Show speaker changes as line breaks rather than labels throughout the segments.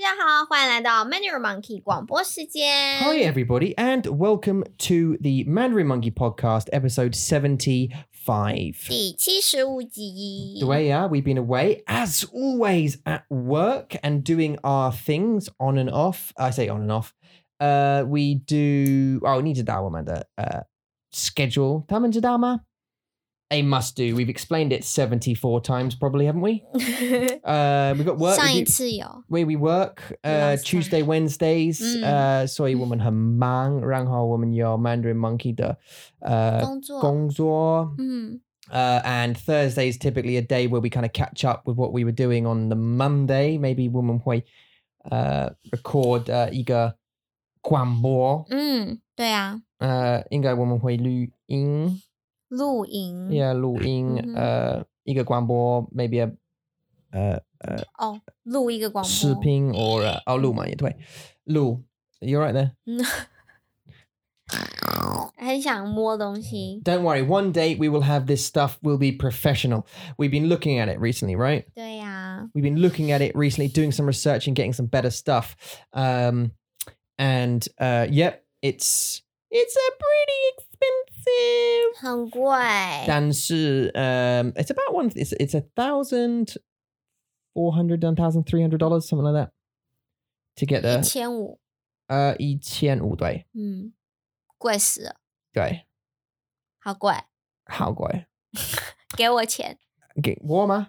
家好，欢迎来到 Mandarin Monkey 广播时间。
Hi, everybody, and welcome to the Mandarin Monkey Podcast, episode 75.
第七十五集。
The way yeah, we've been away, as always, at work and doing our things on and off. I say on and off. Uh, we do. Oh, need to dial Amanda. Uh, schedule. Tamanjadama. A must do. We've explained it 74 times, probably, haven't we? Uh, we've got work. we
上一
do-
次有
where we work uh,
Last time.
Tuesday, Wednesdays.
Mm.
Uh, soy woman her mang, rang hao woman your Mandarin monkey the uh,
工作，
gong zuo.
嗯
Uh, and Thursday is typically a day where we kind of catch up with what we were doing on the Monday. Maybe woman hui uh, record uh, 一个 guanbo.
Mm. 嗯，对啊，
Uh, 应该 woman hui lu in
露营。
yeah lu in
Mhm.
uh, 一个 guanbo maybe a uh,
哦，录一个广播。
视频 or uh, 哦录嘛也对，录 you're right there。
很想摸东西。
Don't worry, one day we will have this stuff will be professional. We've been looking at it recently, right?
对呀、
We've been looking at it recently, doing some research and getting some better stuff. Um, and uh, yep, it's it's a pretty expensive.
很贵。
但是, um, it's about one. It's it's a thousand four hundred, one thousand three hundred dollars, something like that, to
一
get the
千五，
uh 一千五对对，
嗯，贵死了，好贵，给我钱。
get warmer.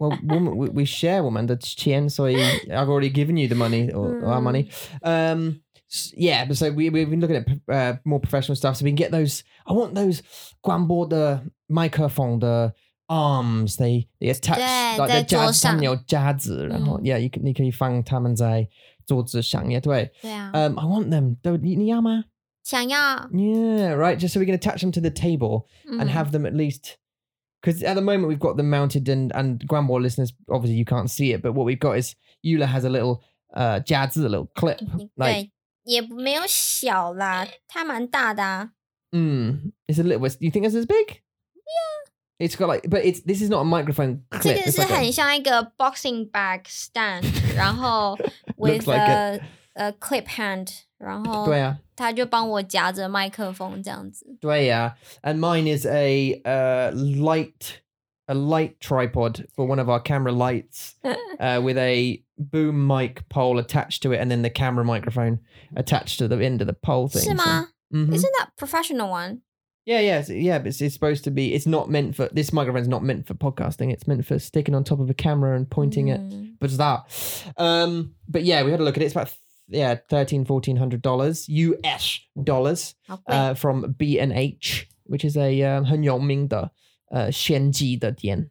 well, woman, we, we share woman. That's Chien. So I- I've already given you the money or, or our money.
Mm.
Um, s- yeah. But so we, we've been looking at uh, more professional stuff. So we can get those. I want those Guanbo the microphone the arms. They they attach
Yeah,
like
they're Mm.
the jazz
桌上。
他们有夹子，然后 yeah you can 你可以放他们在桌子上，也对。
对啊，
Um, I want them. 都你你要吗？
想要，
Yeah, right. Just so we can attach them to the table
嗯
and，have them at least because at the moment we've got them mounted and and Granmore listeners obviously you can't see it but what we've got is Eula has a little uh jazz a little clip
你
like
对，也没有小啦，它蛮大的 啊。
mm, it's a little it's- you think it's as big yeah it's got like but it's this is not a microphone
这
clip
个
it's
是
like a-
很像一个 boxing bag stand，然后 with
Looks like
a a clip hand，然后
对啊，
他就帮我夹着麦克风这样子。
对啊. and mine is a uh light a light tripod for one of our camera lights uh, with a boom mic pole attached to it and then the camera microphone attached to the end of the pole thing
是
so-
吗
Mhm.
？Isn't that professional one？
Yeah, yeah, it's- yeah. But it's, it's supposed to be. It's not meant for this microphone's not meant for podcasting. It's meant for sticking on top of a camera and pointing at.
嗯
But it's that. Um. But yeah, we had a look at it. It's about yeah, thirteen, fourteen hundred dollars US dollars.
好贵。
Uh, from B and H, which is a um, 很有名的, uh, 先机的店,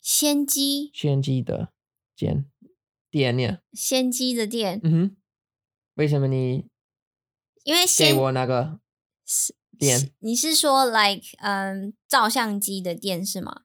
先机，
先机的店,店, yeah.
先机的店，
Mhm. 为什么你
因为先
给我那个
是
店？
是你是说 like 嗯照相机的店是吗？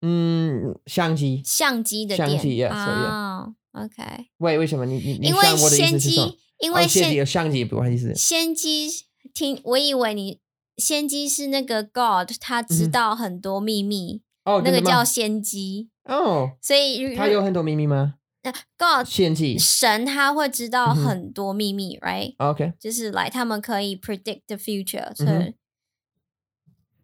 Mm, 嗯，相机。
相机的
相
店
机，yeah，so yeah
啊，OK，
喂，为什么你你你
因为先
像我的意思是什么？哦
机，因为
谢
先
谢上级不好意思。
先机听，我以为你先机是那个 God，他知
嗯哼
道很多秘密，
哦，
那
真
个
的吗
叫先机。
哦，
所以如
他有很多秘密吗？
呃 God
献祭
神他会知道
嗯哼
很多秘密、r i g h t
，OK，
就是来他们可以 predict the future，
嗯
所
哼
以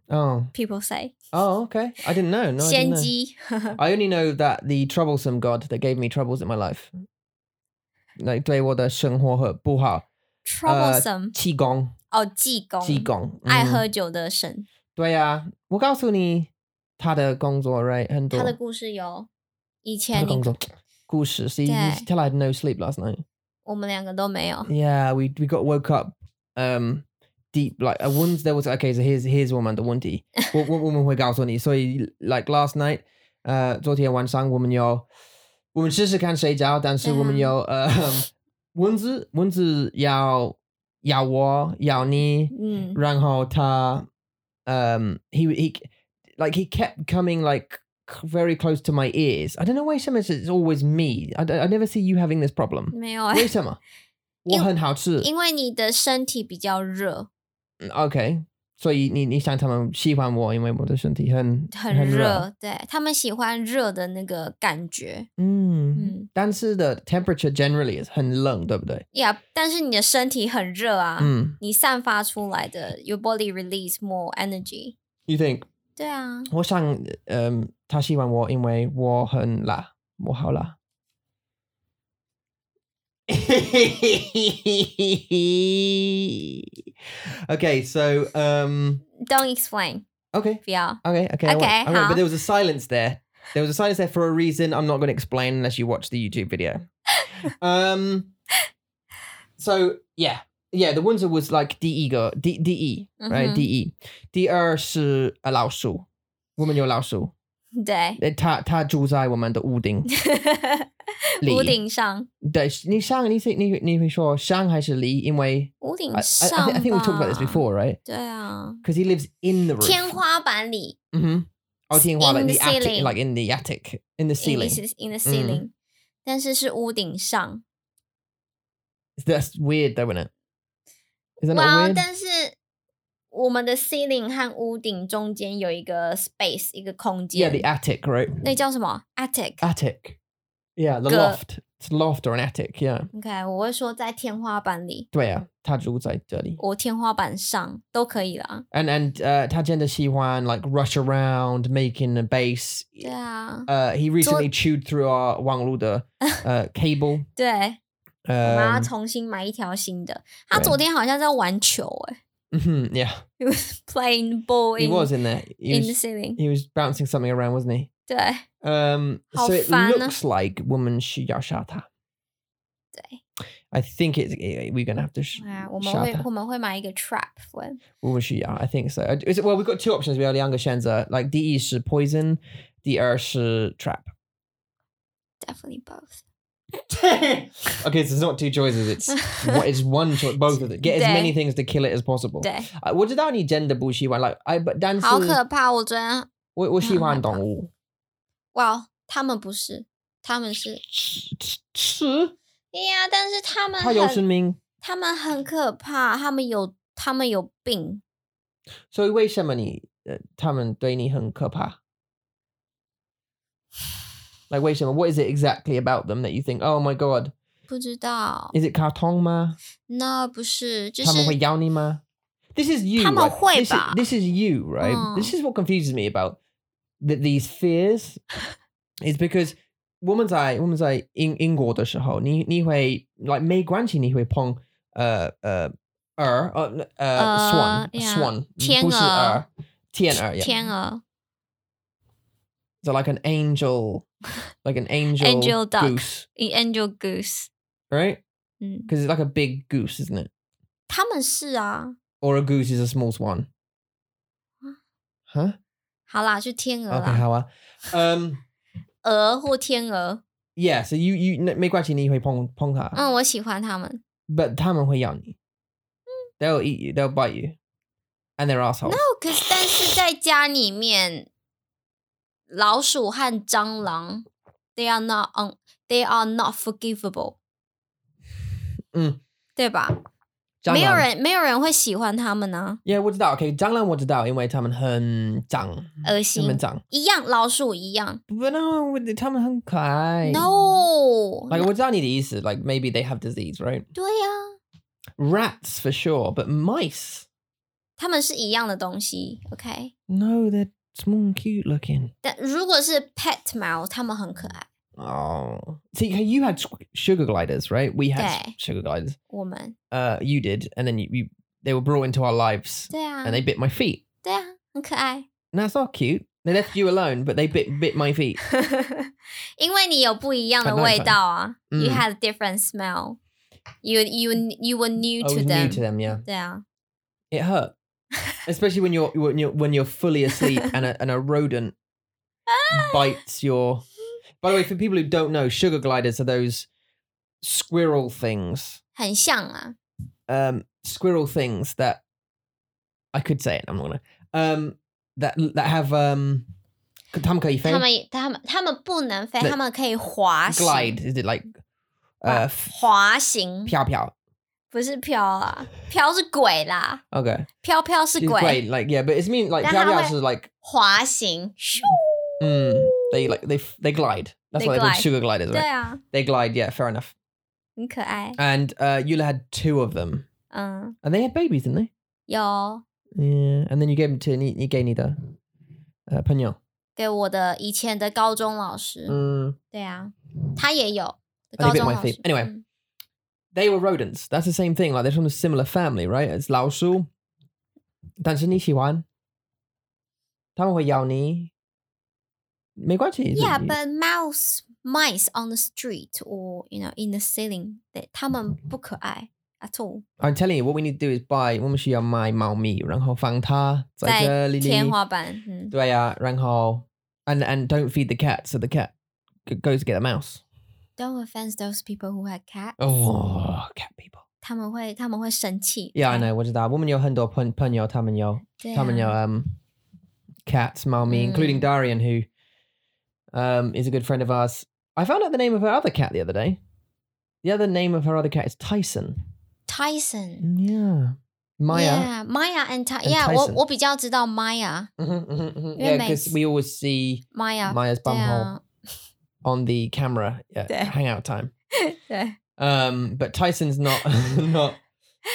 哦
people say、
哦，OK，I didn't know，no，I didn't
先
know.
机。
I only know that the troublesome God that gave me troubles in my life, like 对我的生活很不好，
troublesome
气功，
哦，济公，
气功，嗯
爱喝。酒的神，
对呀，我告诉你，他的工作 right 很多
他，的故事有以
他
前你
的工作故事，see
对
till I had no sleep last night.
我们两个都没有，
Yeah, we we got woke up um deep like a once there was okay, so here's here's woman the one D. What woman wake out on you. So like last night, uh Dorothy one sang woman yo woman sister can say Jao dance woman yo um Wunzi Wunzi Yao Yao Wa Yao Ni
嗯
Rang Hao Ta um he he like he kept coming like c- very close to my ears. I don't know why so much it's always me. I, don't- I never see you having this problem.
没有哎、
为什么？我
因
很好吃。
因为你的身体比较热，
嗯 OK，所以你你想他们喜欢我，因为我的身体很
很
热。
热，对他们喜欢热的那个感觉，
嗯，
嗯
但是的 temperature generally 是很冷，对不对？
，Yeah，但是你的身体很热啊，
嗯
你散发出来的 your body release more energy，
，you think？
对啊，
我想，嗯，他喜欢我，因为我很辣，我好辣。okay, so um,
Don't explain，
okay,
不要。
okay, okay. I won't-
Okay,
I won't,
huh?
but there was a silence there. There was a silence there for a reason. I'm not going to explain unless you watch the YouTube video. um, so yeah, yeah. The ones that was like E de ego, de de E, right
Mhm.
de. E uh, 第二是呃老鼠，我们有老鼠。
对，
呃它它住在我们的 屋顶里。
屋顶上，
对，你上你是你你会说上还是里？因为
屋顶
I, I, I,
上
think- I think we talked about this
吧
before, right?
对啊，
Because he lives in the roof.
天花板里
Mhm. Oh, 天花板
in
the,
the
attic,
ceiling.
like in the attic,
，in
in the
the
ceiling. 嗯
ce- in the ceiling，但是是屋顶上。
That's weird, though, isn't it? Is that not
哇，
weird?
但是我们的 ceiling 和屋顶中间有一个 space，一个空
Yeah,
间
the attic, 啊 right?
那叫什么 attic？
Attic. Yeah, the
Go-
loft. It's a loft or an attic. Yeah.
OK，我会说在天花板里，
对啊，他住在这里。
我天花板上都可以啦。
And and uh, 他真的喜欢 like rush around making a bass.
对啊，
Uh, he recently chewed through our Wang uh, cable.
对，我们要
Um,
重新买一条新的。他
对
昨天好像在玩球、欸，
mhm, yeah,
he was playing ball
he
in
was in there. He
in the
was,
ceiling。
he was bouncing something around, wasn't he?
对
Um, so it
好烦啊。
looks like woman shata.
对，
I think it's eh, we're gonna have to sh-
啊，我们
吓
会
他
我们会买一个 trap 粉，
woman shiya. I think so. Uh, Is it, well, we've got two options. We have younger shenza like the is poison, the er trap.
definitely both。
okay, so it's not two choices. It's what is one choice. Both of it. Get as
Day.
many things to kill it as possible.
对，
Uh, 我知道你真的不喜欢 like I but 但是
好可怕！我昨天，
我-我喜欢
很害怕。
动物。
哇，他们不是，他们是，
是？
哎呀，但是他们
它有生
很，
命，
他们很可怕，他们有，他们有病，
所以为什么你呃他们对你很可怕？Like 为什么？What is it exactly about them that you think? Oh my god,
不知道
is it 卡通吗？
，no，不是，就
他们会
是
咬你吗？This is you.
他们
right?
会
This is-
吧
This is you, right?
嗯
This is what confuses me about th- these fears. is because 我们在我们在英英国的时候，你你会 like 没关系，你会碰呃呃鹅呃呃
呃
swan
yeah，
swan
天
不是鹅
鹅
天鹅，yeah.
天鹅
So like an angel, like an angel,
Angel duck.
goose,
i angel goose，
right?
嗯，
Because it's like a big goose, isn't it?
他们是啊，
Or a goose is a small swan. Huh?
好啦，是天鹅
Okay,
啦，
how are? Um,
鹅或天鹅，
yeah. So you you 没关系，你会碰碰它，
嗯，我喜欢他们
but 他们会咬你。They'll eat you. They'll bite you, and they're assholes.
，no，可哦是但是在家里面，老鼠和蟑螂，they are not on。They are not forgivable，
嗯，
对吧？
蟑螂。
没有人没有人会喜欢他们呢、
Yeah, 我知道。OK，蟑螂我知道，因为它们很脏，
恶心。一样，老鼠一样。
它们脏。But no, 它们很可爱。
No，
Like 我知道你的意思。Like maybe they have disease, right?
对呀、
Rats for sure, but mice.
他们是一样的东西。OK，
No, they're small and cute looking.
但如果是 pet mouse，它们很可爱。
Oh, see, you had squ- sugar gliders, right? We had
Yeah.
sugar gliders.
我们
uh, you did, and then you, you they were brought into our lives,
对啊
and they bit my feet.
对啊，很可爱。
And that's not cute. They left you alone, but they bit bit my feet.
因为你有不一样的
很耐
味
烦
道啊、
嗯
y o u had a different smell. You you you were new
I
to
Oh, was
them.
new to them. Yeah,
对啊，
it hurt, especially when you're when you're when you're fully asleep and a and a rodent bites your. By the way, for people who don't know, sugar gliders are those squirrel things.
很像啊。
Um, squirrel things that I could say it. I'm not gonna. Um, that that have um. 他们可以飞。
他们他们他们不能飞，
那
他们可以滑行
glide is it like
Wow.
uh f-
滑行
piao piao
不是飘啦，飘是鬼啦，
Okay.
飘飘是
She's
鬼，
great. Like yeah, but it's mean like
Then how
caveats
would-
is like
滑行，咻，
mm, they like they f- they glide. That's
They
what they call
glide.
sugar gliders, right?
对啊，
They glide. Yeah, fair enough.
很可爱，
And uh, Eula had two of them,
嗯，
and they had babies, didn't they?
有
Yeah. And then you gave them to Ni- you gave Nida, uh, Pagnon.
给我的以前的高中老师，
Mm.
对啊，他也有
And
高
a bit
中
my
老
theme.
师
Anyway,
嗯
they were rodents. That's the same thing. Like they're from a similar family, right? It's Lao Shu.
Yeah,
Yeah,
but mouse, mice on the street or you know in the ceiling, that 他们不可爱 at all。
I'm telling you, what we need to do is
在
buy
天
我们需要买猫咪，然后放它在这里。
花板，嗯，
uh, 对呀、啊，然后 and and don't feed the cat, so the cat g- goes to get the mouse.
Don't offend those people who had cat，、
Oh, cat people.
他们会他们会生气。
Yeah, I
对
know. 我知道，我们有很多朋朋友，他们有。
对
他们有
啊
um cats, mommy,
Mm.
including Darian, who um is a good friend of ours. I found out the name of her other cat the other day. The other name of her other cat is Tyson.
Tyson。
Yeah. Maya.
Yeah, Maya and Ty.
and
Yeah，我
Tyson
我比较知道 Maya
Mhm, mhm,
Yeah,
mhm. Yeah,
mate.
because we always see
Maya。
Maya's
对
bumhole
啊，
on the camera at
Yeah.
hangout time.
对
Um, but Tyson's not not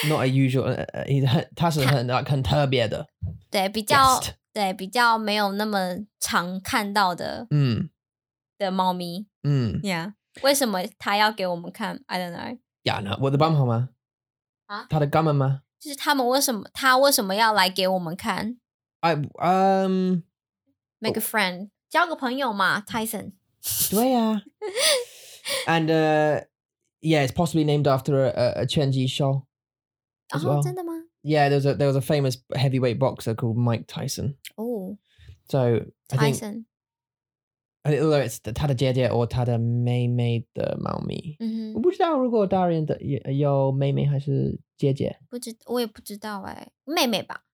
not a usual. Uh, uh, he's Tyson 很 like 很特别的
对，比较
guest.
对比较没有那么常看到的
嗯
的猫咪。
嗯
Yeah，为什么他要给我们看？I don't know。
，Yeah, no. 我的bumhole
啊？
吗？他的肛门吗？
就是他们为什么他为什么要来给我们看
I um
？Make a friend，交个朋友嘛，Tyson。
yeah. uh, and uh yeah, it's possibly named after a, a, a Chenji Shaw.
然
as
后
well.
哦真的吗？
Yeah, there was a there was a famous heavyweight boxer called Mike Tyson.
哦
So I think
，Tyson，
I think although it's the Tada Jeje or Tada Mei Mei the Maomi.
嗯哼，
我不知道如果 Darian 的有妹妹还是姐姐，我像
不
她是妹妹。
知我也不知道哎，妹妹吧，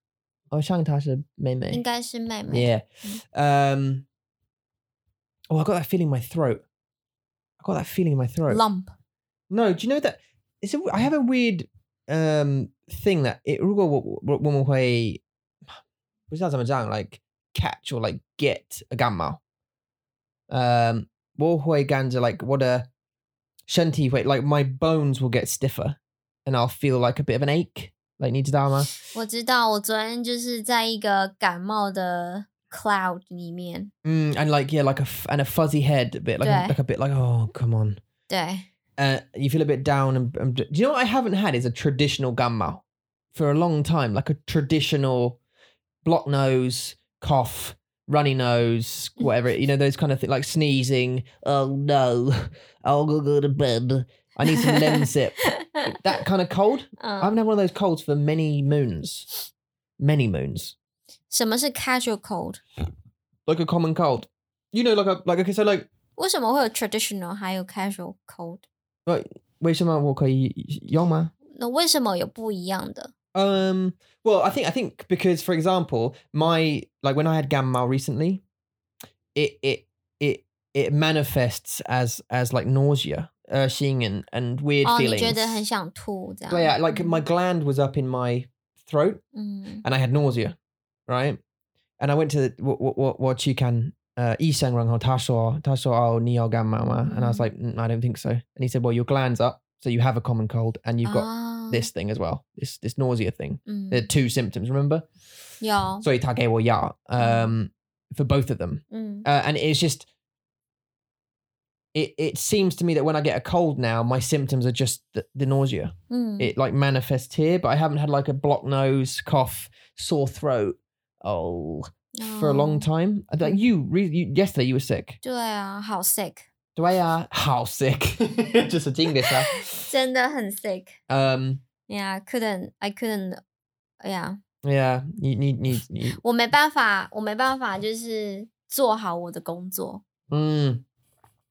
应该是妹妹。
Yeah. Um. Oh, I got that feeling in my throat. I got that feeling in my throat.
Lump，
No, do you know that it's a, I have a weird um thing that it 如果我我我们会 like catch or like get a gamma. Um 我会感觉 like what a 身体 wait like my bones will get stiffer and I'll feel like a bit of an ache. Like 你知道吗？
我知道，我昨天就是在一个感冒的 cloud 里面，
Mm, and like yeah, like a f- and a fuzzy head a bit like a,
Yeah.
like a bit like oh come on.
对，
uh, you feel a bit down. And, and do you know what I haven't had is a traditional gamma for a long time, like a traditional block nose, cough, runny nose, whatever. you know those kind of things, like sneezing. Oh no, I'll go go to bed. I need some Lemsip. That kind of cold. I
嗯，
haven't had one of those colds for many moons, many moons.
什么是 casual cold？
Like a common cold. You know, like a like a so like
为什么会有 traditional 还有 casual cold？
wait some walk yoma.
那为什么有不一样的？
Um. Well, I think I think because, for example, my like when I had gamma recently, it it it it manifests as as like nausea, urging and and weird
哦，Oh, 你
feelings.
觉得很想吐这样？
So yeah, like my gland was up in my throat,
嗯
and I had nausea, right? And I went to what what what you can. Uh, Isang rang ho tasho tasho ao niyo gamma ma, and I was
Mhm.
like, "Mm, I don't think so. And he said, Well, your gland's up, so you have a common cold, and you've got
啊
this thing as well, this this nausea thing.
嗯
There are two symptoms, remember?
有
Sorry, Tage or Ya, um, for both of them.
嗯
Uh, and it's just, it, it seems to me that when I get a cold now, my symptoms are just the, the nausea.
嗯
It like manifests here, but I haven't had like a blocked nose, cough, sore throat, oh, for a long
哦
time. I Like you, re- you, yesterday you were sick.
对啊，好 sick，
Do I, uh, how sick? just a jingus, huh?
真的很 sick。
Um,
Yeah, I couldn't, I couldn't. Yeah，
yeah, you need, need, need.
我没办法，我没办法，就是做好我的工作。
Mm.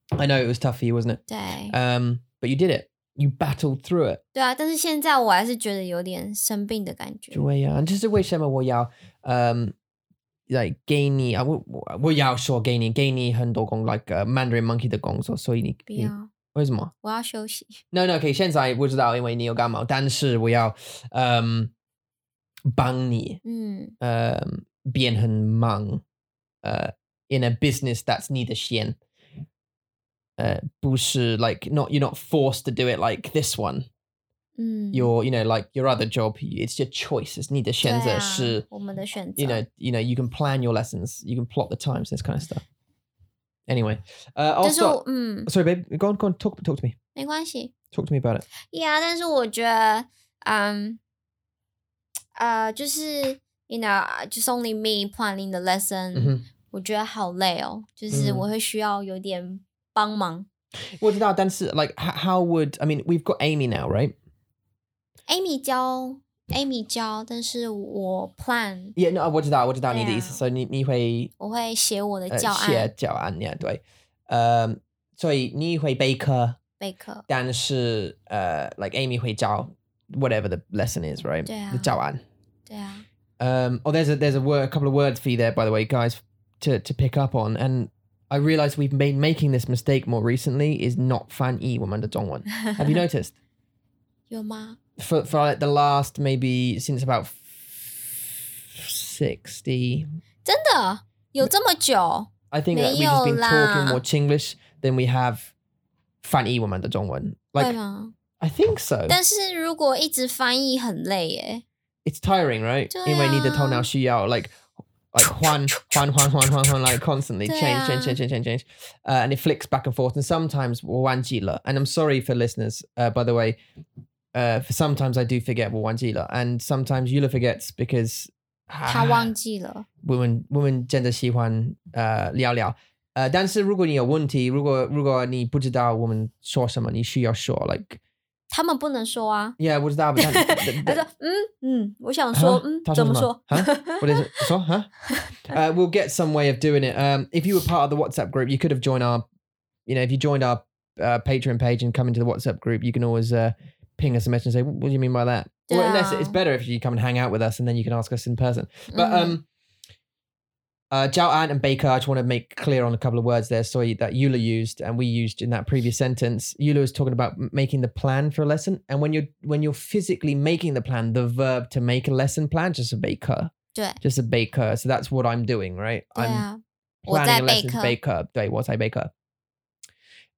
I know it was tough for you, wasn't it?
对，
Um, but you did it. You battled through it.
对啊，但是现在我还是觉得有点生病的感觉。
就会呀，And just the way Shema Woyao um like gainy I would Woyao sure gainy gainy Gong like uh, Mandarin monkey the gong so so
不要，
为什么？
我要休息。
No No，可以，现在不知道，因为你有感冒，但是我要嗯帮你
嗯
呃变很忙呃 in a business that's 你的先呃不是 like not you're not forced to do it like this one
嗯，
your you know like your other job it's your choice it's 你的
对
选择
啊
是、
我们的选择。
you know you know you can plan your lessons you can plot the times this kind of stuff anyway
但
uh I'll
是我
stop
嗯，
sorry babe go on go on talk talk to me
没关系。
talk to me about it
Yeah，但是我觉得，嗯，呃，就是，you know，就是啊 only me planning the lesson，、
嗯哼。
我觉得好累哦，就是
嗯
我会需要有点帮忙。
Well, did that dance like h- how would I mean? We've got Amy now, right?
Amy 教，Amy 教，但是我 plan，
Yeah, no. What did that? What did that?
对啊。
意思 So 你你会
我会写我的
呃
教
写
案
教案，yeah，对。嗯，所以你会备课，
备课。
但是呃，like Amy 会教 whatever the lesson is, right?
对啊。
The 教案。
对啊，
Um, oh, there's a there's a word, a couple of words for you there, by the way, guys, to to pick up on. And I realize we've been making this mistake more recently. Is not fan e 我们的中文 Have you noticed?
有吗？
for for like the last maybe since about f- sixty.
真的
嗯
有这么久？
I think that we've just
没有
been
啦。
talking more Chinglish than we have fan e woman 的中文.
会
Like
吗？
I think so.
但是如果一直翻译很累耶。
It's tiring, right?
对啊。
因为你的头脑需要 like like 换换换换换换 like constantly change
对啊。
change change change change change, uh, and it flicks back and forth. And sometimes 我忘记了. And I'm sorry for listeners, uh, by the way. Uh, for sometimes I do forget 我忘记了, and sometimes Yula forgets because ah, 啊
他忘记了，
我们我们真的喜欢呃聊聊。呃，但是 Uh, 如果你有问题，如果如果你不知道我们说什么，你需要说 like
他们不能说啊。
yeah 不知道，但
他说
但：“
嗯嗯，我想说，
啊
嗯
他，
怎么
说什
说
么？啊 what is it 说哈 Uh, we'll get some way of doing it. Um, if you were part of the WhatsApp group, you could have joined our, you know, if you joined our uh, Patreon page and come into the WhatsApp group, you can always uh, ping us a message and say, "What do you mean by that?" Well, unless
Yeah. Mm-hmm.
it's better if you come and hang out with us and then you can ask us in person. But
嗯
um, uh, Zhao Ant and Baker, I just want to make clear on a couple of words there. Sorry that Eula used and we used in that previous sentence. Eula was talking about m- making the plan for a lesson, and when you're when you're physically making the plan, the verb to make a lesson plan just a baker,
对
just a baker. So that's what I'm doing, right?
对
I'm
啊，我在
planning a
备
lesson
课
baker. 对，我在备课。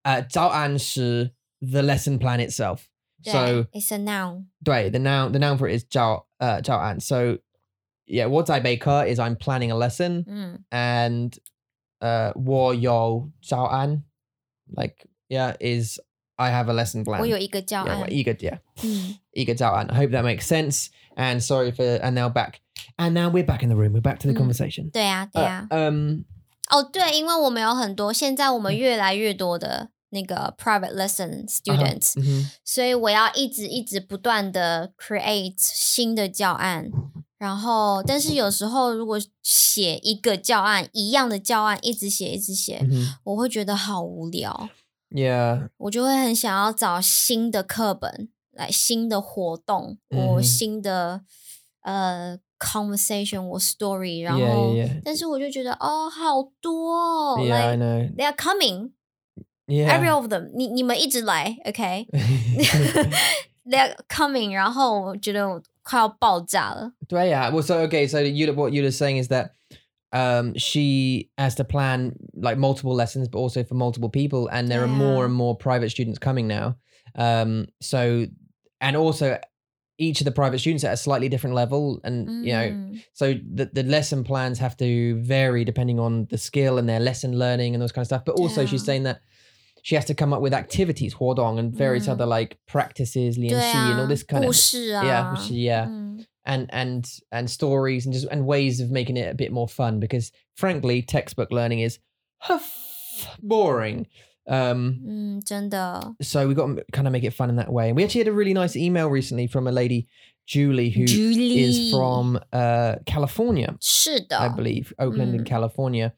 Uh, 早安是 the lesson plan itself.
对
So
，it's a noun，
对, the noun the noun for it is 早 uh 早安. So yeah, 我在备课 is I'm planning a lesson
嗯
and uh war yo zhao an like yeah is i have a lesson plan
我有一个教
yeah,
案
well,，eager yeah
嗯，
eager zhao an i hope that makes sense and sorry for and now back and now we're back in the room we're back to the
Mm.
conversation
对啊，对
Uh,
啊，
um
哦，对，因为我们有很多，现在我们
嗯
越来越多的那个 private
啊
lesson students，
mhm.
所以我要一直一直不断的 create 新的教案，然后但是有时候如果写一个教案一样的教案一直写一直写，
Mhm.
我会觉得好无聊，
yeah
我就会很想要找新的课本来新的活动，
嗯
我
哼
新的呃 conversation 我 story，然
yeah
后
yeah
但是我就觉得哦好多哦
yeah, yeah i
like
know
they are coming every
yeah
of them，你你们一直来，OK。They're coming，然后我觉得我快要爆炸了。
Do I- yeah. Well, so okay. So you what you're saying is that um she has to plan like multiple lessons, but also for multiple people, and there are more
Yeah.
and more private students coming now. Um, so and also each of the private students at a slightly different level, and you know,
嗯
so the the lesson plans have to vary depending on the skill and their lesson learning and those kind of stuff. But also, she's
Yeah.
saying that. She has to come up with activities, huadong, and various
Mm.
other like practices, lianxi,
对
and all
啊
this，kind
故
of
事啊，
yeah, which- yeah,
嗯，
and and and stories and just and ways of making it a bit more fun because frankly textbook learning is boring um
嗯，真的
so we got to kind of make it fun in that way and we actually had a really nice email recently from a lady julie who is
Julie
from uh california
是
I
的，
believe, Oakland in
Mm.
California,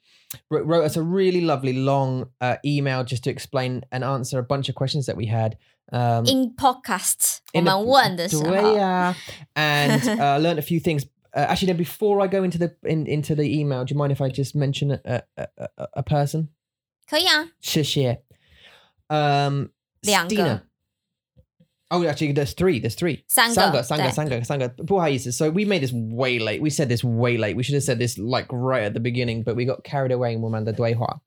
wrote, wrote us a really lovely long uh, email just to explain and answer a bunch of questions that we had. Um,
in podcast，我
in a-
们问的时候，
Drea, and uh, learned a few things. Uh, actually, no, before I go into the in, into the email, do you mind if I just mention a a, a, a- a person?
可以啊，
Shashir. Um,
两个
Stina. Oh, actually, there's three. There's three.
三个
Sanga, Sanga,
对
Sanga, Sanga. 不好意思. So we made this way late. We said this way late. We should have said this like right at the beginning, but we got carried away in 我们的对话.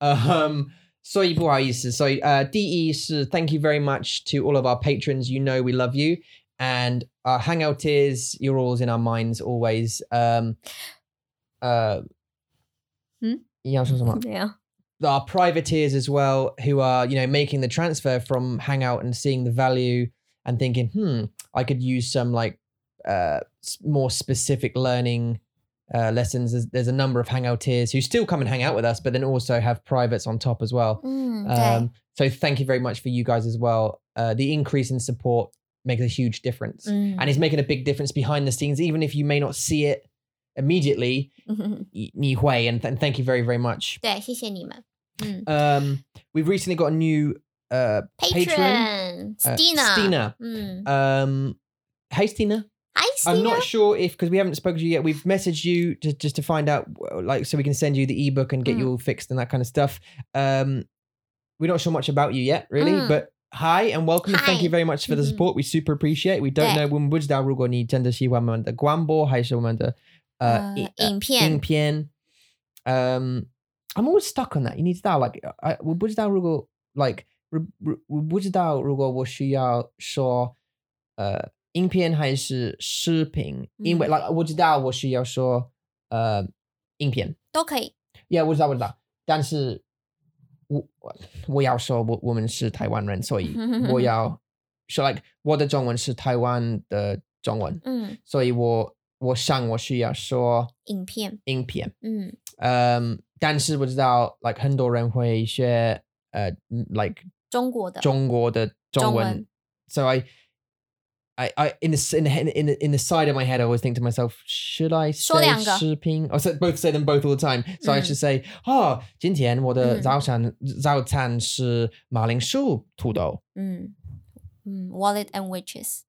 Um, 所以不好意思. So uh, 第一是 thank you very much to all of our patrons. You know we love you. And our hangout is, you're always in our minds always. Um, uh,
嗯？
你要说什么？
没有，
our privateers as well who are you know making the transfer from hangout and seeing the value and thinking hmm i could use some like uh s- more specific learning uh lessons there's, there's a number of hangouteers who still come and hang out with us but then also have privates on top as well
嗯，对
um so thank you very much for you guys as well uh the increase in support makes a huge difference，
嗯
and it's making a big difference behind the scenes even if you may not see it immediately
嗯哼哼
y- 你会 and, th- and thank you very very much
对，谢谢你们，嗯
um, we've recently got a new uh, Patron，
，Patron
uh,
Stina，
Stina.
嗯
Um, hey, Stina.
，I
I'm
Stina，
not sure if because we haven't spoken to you yet. We've messaged you to, just to find out, like, so we can send you the ebook and
Mm.
get you all fixed and that kind of stuff. Um, we're not sure much about you yet, really,
Mm.
but. Hi and welcome. Thank you
Hi.
very much for the
Mhm.
support. We super appreciate. We
对
don't know uh,
呃
when，
影
影
片，
片。Um, I'm always stuck on that. 你知道 like I 我不知道如果 like 如-如- uh, 我不知道如果我需要说呃影片还是视频，因为
嗯。
like um, 我知道我需要说呃影片，yeah
都可以， Mm-hmm,
我知道我知道，但是我我要说我我们是台湾人，所以我要说 like 我的中文是台湾的中文，所以我我想我需要说。
嗯，影片，
影片。
嗯，
嗯，Um, 但是我知道，like 很多人会学呃嗯，like
中国的，
中国的中
中
文。
文
So I, I, I in the s- in the, in the, in the side of my head, I always think to myself, should I
说
say
两个
视频 I said both say them both all the time. So I
嗯
should say, oh, 今天我的
嗯
早餐、早餐是马铃薯土豆。
嗯嗯，Wallet and Witches，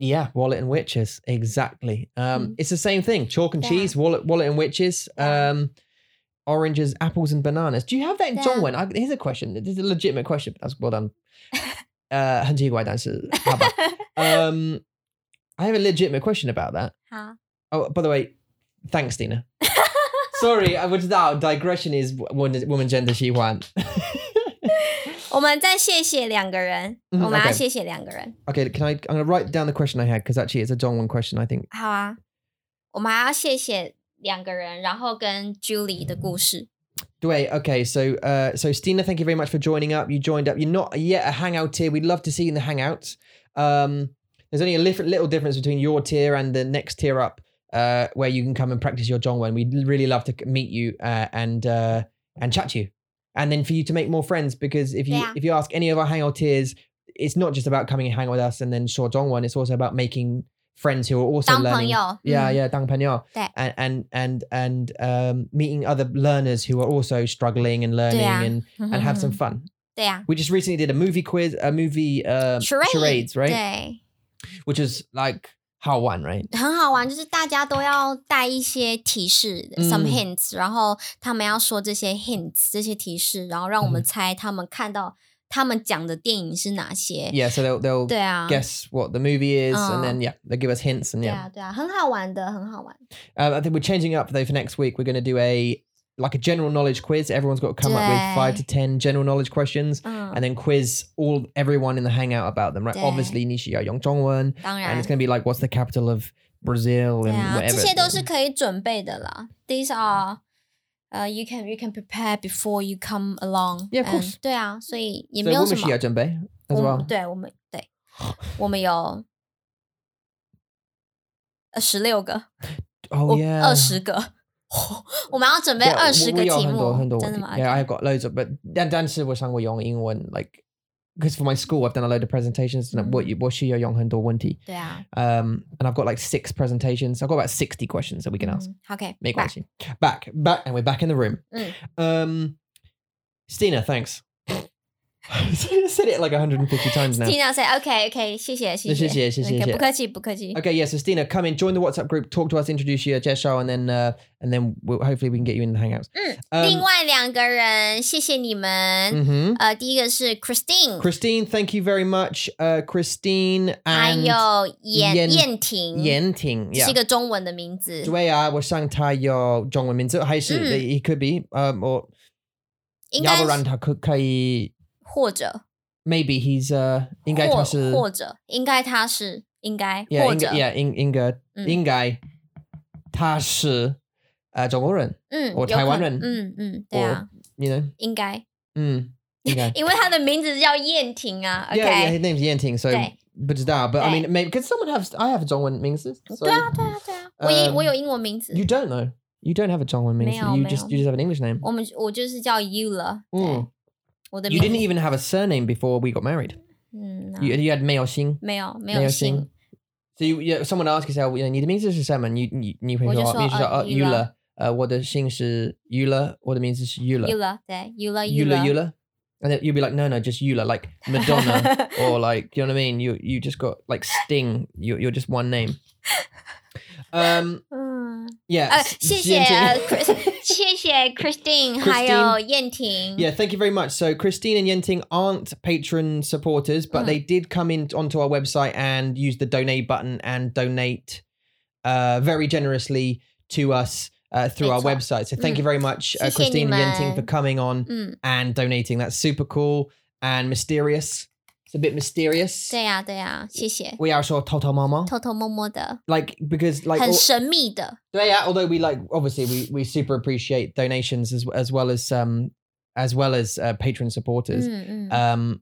Yeah, wallet and witches. Exactly. Um,
Mm.
it's the same thing. Chalk and
Yeah.
cheese, wallet, wallet and witches.
Yeah.
Um, oranges, apples, and bananas. Do you have that in
Yeah.
Zhongwen? I, here's a question. This is a legitimate question. That's well done. uh, 很奇怪，但是- 好吧。um, I have a legitimate question about that.
好，
Oh, by the way, thanks, Dina. Sorry, I was that digression is woman woman gender she one.
我们再谢谢两个人，
嗯
我们要
OK
谢谢两个人，
Mm-hmm, Okay, can I? I'm gonna write down the question I had because actually it's a Zhongwen question. I think.
好啊，我们还要谢谢两个人，然后跟 Julie 的故事，
Dwayne, okay, so uh, so Stina, thank you very much for joining up. You joined up. You're not yet a hangout tier. We'd love to see you in the hangouts. Um, there's only a lif- little difference between your tier and the next tier up, uh, where you can come and practice your Zhongwen. We'd l- really love to c- meet you uh, and uh, and chat to you, and then for you to make more friends. Because if you
Yeah.
if you ask any of our hangout tiers, it's not just about coming and hang out with us and then short Zhongwen. It's also about making friends who are also
当朋
learning.
友，
Yeah,
嗯
yeah, 当朋友.
Mm. That.
And and and and um, meeting other learners who are also struggling and learning
Yeah. Mm-hmm.
and and have some fun.
对啊呀、
We just recently did a movie quiz, a movie uh,
charades,
right?
对，
Which is like how one, right?
很好玩，就是大家都要带一些提示、
嗯
s o m e hints，然后他们要说这些 hints 这些提示，然后让
嗯
我们猜他们看到他们讲的电影是哪些。
Yeah, so they'll they'll
对啊，
guess what the movie is,
Uh.
and then yeah, they'll give us hints, and
对
yeah.
啊，对啊，很好玩的，很好玩。
Um, I think we're changing up though for next week. We're going to do a like a general knowledge quiz. Everyone's got to come up with five
Dang.
to ten general knowledge questions.
嗯，
And then quiz all everyone in the hangout about them, right?
Dang.
Obviously, Nishio Yong Zhongwen,
当
and
然
it's，going to be like what's the capital of Brazil
对
and
啊，这
whatever.
些都是可以准备的啦。These are，呃、y o u can you can prepare before you come along.
Yeah, of
and-
course.
对啊，所以也
so
没有什么。
我们需要准备 as
我
well.
对，我们对，我们有呃十六个，
Oh
我
yeah.
二十个， 我们要准备
Yeah,
二十
我-
个
我有
题
很多-
目，
很多
真的
问题。
吗
Yeah, I've got loads of but dan- 但是我想我用英文 like because for my school I've done a load of presentations and
嗯。
what you 我需要用很多问题.
对啊，
Um and I've got like six presentations. I've got about 60 questions that we can ask.
嗯，OK，
Make
拜
question.
Mm.
Back, back and we're back in the room.
嗯
Um Stina, thanks. I said it like 150 times now.
Tina said, "Okay, okay，谢谢，谢
谢谢谢谢谢
OK，不客气，不客气。
Okay, yeah. So Stina, come in, join the WhatsApp group, talk to us, introduce your Jess show, and then uh, and then we'll, hopefully we can get you in the Hangouts.
嗯，另
Um,
外两个人，谢谢你们。
mhm.
呃，第一个是 Christine，
Christine, thank you very much, uh, Christine
还
and
有
燕
燕燕婷，
Yenting.
是
Yeah.
一个中文的名字。
对啊，我想他有中文名字，还是
嗯。
he could be, um, or
应该是
要不然他可可以
或者
maybe he's uh
或
应该他是
或者应该他是应该
yeah
或
应
者
该 yeah 应应该
嗯。
应该他是呃中国人，
嗯，
我
有
台湾
可能嗯
人
嗯，对啊，
you know
应该，
嗯应该
因为他的名字叫燕婷啊。
yeah yeah
OK，
his name's Yanting so
对。
不知道 but I
对。
mean maybe could someone have I have a 中文名字
对
so
啊对啊对啊，我英我有英文名字，
嗯 you don't know you don't have a 中文名字
没有，
you just
没有。
you just have an English name
我们我就是叫 You 了。对，
Mm.
我的
you
名
didn't
字，
even have a surname before we got married
嗯，
you you had 没有姓
没有没
没有
有
姓
姓，
So you, yeah, someone asks you, you know, 你的名字是什么？你你你会说，你就说，
我就说，
呃，
呃，Yula。
Uh, Euler，呃，我的姓是 Euler，我的名字是
You 了，对，You 了
Euler，Euler，
了
Euler，Euler，Euler。And then you'll be like, no, no, just Euler, like Madonna, or like, you know what I mean? You you just got like Sting. You you're just one name. Um,
嗯，
yeah.
呃，
s-
谢谢
Xianjing-
uh, Chris，谢 谢 Christine，还
Christine
有燕婷。
Yeah, thank you very much. So Christine and Yenting aren't patron supporters, but
Mm.
they did come in onto our website and use the donate button and donate uh, very generously to us uh, through our
Thanks a lot.
website. So thank
Mm.
you very much, uh,
Appreciate
Christine and
you,
Yenting, for
man.
coming on
嗯，
and donating. That's super cool and mysterious. It's a bit mysterious.
对啊呀对呀，谢谢，
We are sure Toto Mama.
偷偷摸摸的，
Like because like
很
al-
神秘的。
yeah, although we like obviously we, we super appreciate donations as as well as um as well as uh, patron supporters
嗯嗯，
um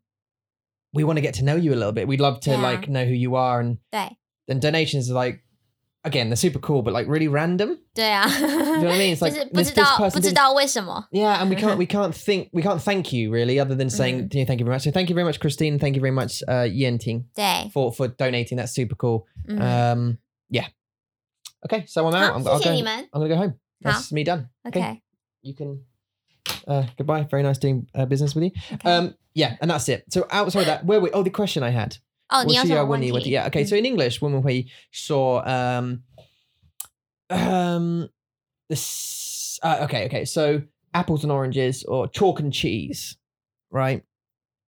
we want to get to know you a little bit we'd love to
Yeah.
like know who you are and
对
and donations are like again they're super cool but like really random
对啊，
do you know what i mean it's
就
like
是不
this,
知
this
道不
person
知
did-
道为什么。
yeah and we can't we can't think we can't thank you really other than saying
Mm-hmm.
you know, thank you very much so thank you very much christine thank you very much uh yenting
对，
for for donating that's super cool
嗯，
um yeah okay so i'm out I'm,
好，
I'll
谢谢
go,
你
i'm
们。
gonna go home
Huh?
that's me done
OK
you can uh goodbye very nice doing uh, business with you
OK，
um yeah and that's it so outside of that where we oh the question i had
哦，你要
uh,
什么问题
我需要问你问题。Yeah, okay.
嗯
So in English, 我们会说 um um this uh, okay okay. So apples and oranges or chalk and cheese, right?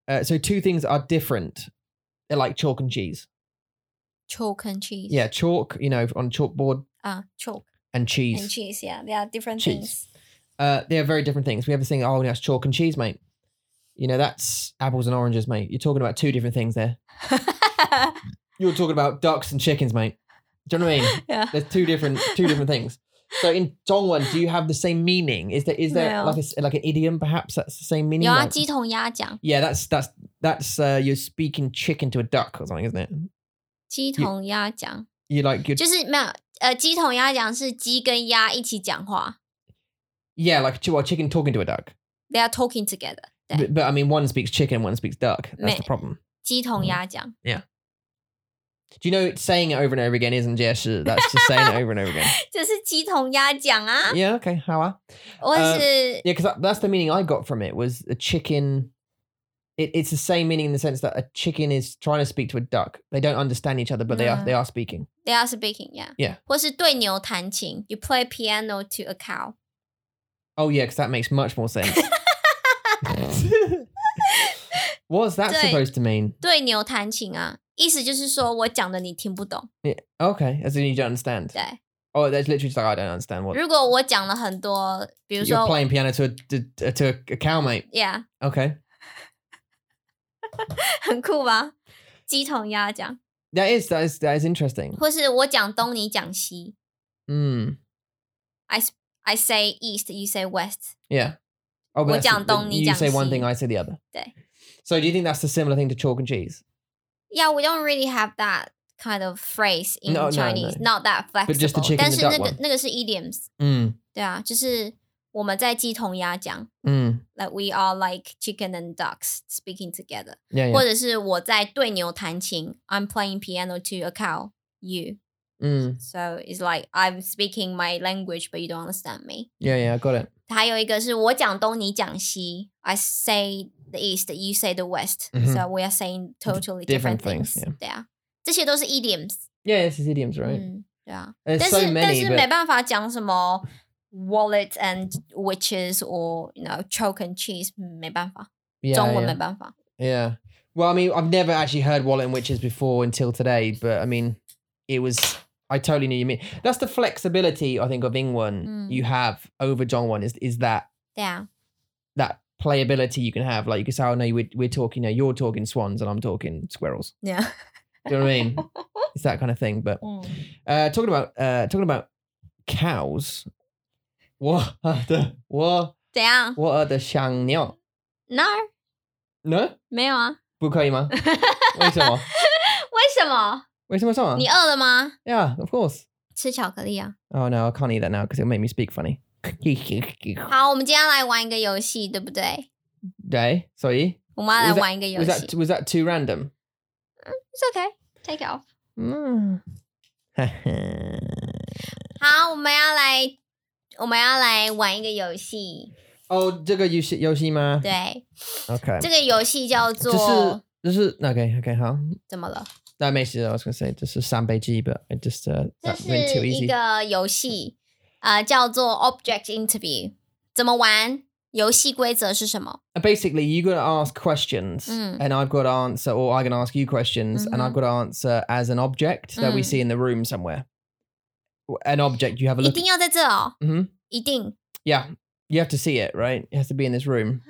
Uh, so two things are different. They're like chalk and cheese.
chalk and cheese.
Yeah, chalk. You know, on chalkboard
Ah, chalk
and cheese.
and cheese. Yeah, they are different
Cheese.
things.
uh, they are very different things. We have this thing. Oh, that's chalk and cheese, mate. You know, that's apples and oranges, mate. You're talking about two different things there. You're talking about ducks and chickens, mate. Do you know what I mean?
yeah.
There's two different two different things. So in Dongwon, do you have the same meaning? Is there is there
No.
like a s like an idiom perhaps that's the same meaning?
有啊，
Like-
鸡同鸭讲，
yeah, that's that's that's uh, you're speaking chicken to a duck or something, isn't it?
鸡同鸭讲，
You like you
就是没有呃，鸡同鸭讲是鸡跟鸭一起讲话
yeah like chi- well, chicken talking to a duck.
，they are talking together。对，
But, but I mean, one speaks chicken, one speaks duck. That's
Meh.
the problem.
鸡同鸭讲，
Do you know saying it over and over again isn't just uh, that's just saying it over and over again.
就是鸡同鸭讲啊，
Yeah, okay, how are?
或是
Yeah, because that's the meaning I got from it was a chicken. It, it's the same meaning in the sense that a chicken is trying to speak to a duck. They don't understand each other, but they are
Yeah.
they are speaking.
they are speaking yeah
Yeah.
或是对牛弹琴，you play piano to a cow。
Oh yeah, because that makes much more sense. What's that
Don't-
supposed to mean?
对牛弹琴啊，意思就是说我讲的你听不懂。
Yeah, okay, as in you don't understand.
对，
Oh, that's literally just like I don't understand what.
如果我讲了很多，比如
You're
说
playing piano to a to, a- to a cow, mate.
yeah，
Okay,
很酷吧？鸡同鸭讲，
that is that is that is interesting.
或是我讲东你讲西
Hmm.
，I say east you say west。
Yeah. Oh, but that's-
我讲东，
you say one
你讲西。
thing, I say the other.
对。
So do you think that's the similar thing to chalk and cheese?
Yeah, we don't really have that kind of phrase in
No, no,
Chinese.
no.
Not that flexible.
But just the chicken
但
and
是
the duck
那个
one.
那个是 idioms。
Mm.
对啊，就是我们在鸡同鸭讲。
Mm.
like we are like chicken and ducks speaking together，、
Yeah. yeah.
或者是我在对牛弹琴，I'm playing piano to a cow, you.
Mm.
So it's like I'm speaking my language, but you don't understand me.
Yeah. Yeah. I got it.
还有一个是我讲东，你讲西，I say the east, you say the west，so、
嗯哼
we are saying totally different,
Different Mm-hmm. things,
things
yeah.
对啊，这些都是 idioms。
Yeah, it's idioms, right?
嗯，对啊。
There's
但
so
是、但
many,
是没
but
办法讲什么 wallet and witches or you know choke and cheese，嗯没办法，
yeah,
中文
yeah.
没办法。
Yeah. Well, I mean, I've never actually heard Wallet and Witches before until today, but I mean, it was. I totally knew you mean. That's the flexibility I think of Ingwen
Mm.
you have over John one is is that
对啊，
that playability you can have. Like you can say, "Oh no, we're, we're talking. You know, you're talking swans, and I'm talking squirrels."
对啊，
Do you know what I mean? It's that kind of thing. But
嗯，
uh, talking about uh, talking about cows, what are the what
怎样？
what are the 香鸟?
哪儿
呢？
没有啊？
不可以吗？ 为什么？
为什么？
为什么上网？
你饿了吗？
Yeah, of course.
吃巧克力啊！
Oh no, I can't eat that now because it'll make me speak funny. Day,
好，我们今天要来玩一个游戏，对不对？
sorry.
我们要来
Was that-
玩一个游
Was
戏。
that was that too random?
It's okay, take it off.
Mm.
好，我们要来，我们要来玩一个游戏。
oh, 这个游戏游戏吗？
对，
Okay.
这个啊游戏叫做
这是这是 okay okay 好。That
怎么了？
makes it. I was gonna say this is G, but it just uh
这
that went too
是一
easy.
个游戏，呃，叫做 Object Interview。怎么玩？游戏规则是什么？
Basically, you got to ask questions,
Mm.
and I've got to answer, or I can ask you questions, and
Mhm.
I've got to answer as an object that we
Mm.
see in the room somewhere. An object you have a
一
look.
定要在这哦，
Mhm.
一定。
Yeah, you have to see it, right? It has to be in this room,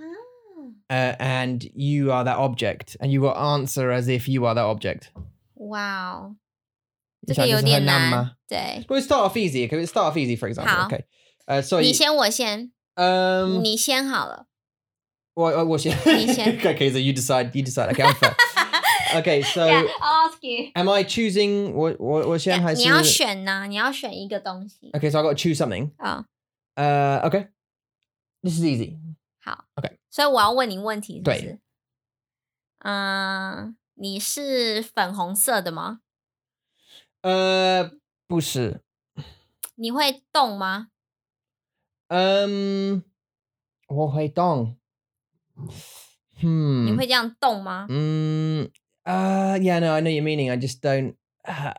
uh, and you are that object, and you will answer as if you are that object.
哇哦，这
It's
个
like,
有
does it
点
hurt
难
Nanma?。
对，
We'll start off easy. Okay, we'll start off easy. For example,
How?
okay. Uh, so
你
you,
先，我先，
um,
你先好 了。
well, uh, what's your-
Nisha.
okay, so you decide. You decide. Okay, I'm fair. okay, so
I'll ask you.
am I choosing? What? What? What's your
你要选呐、你要选一个东西
Okay, so I got to choose something.
啊、
Uh, okay. This is easy.
所以我要问你问题是不
对
是？嗯、你是粉红色的吗？
Uh, 不是。
你会动吗？
Um, 我会动。Hmm.
你会这样动吗？
Mm, uh, yeah, no, I know your meaning. I just don't.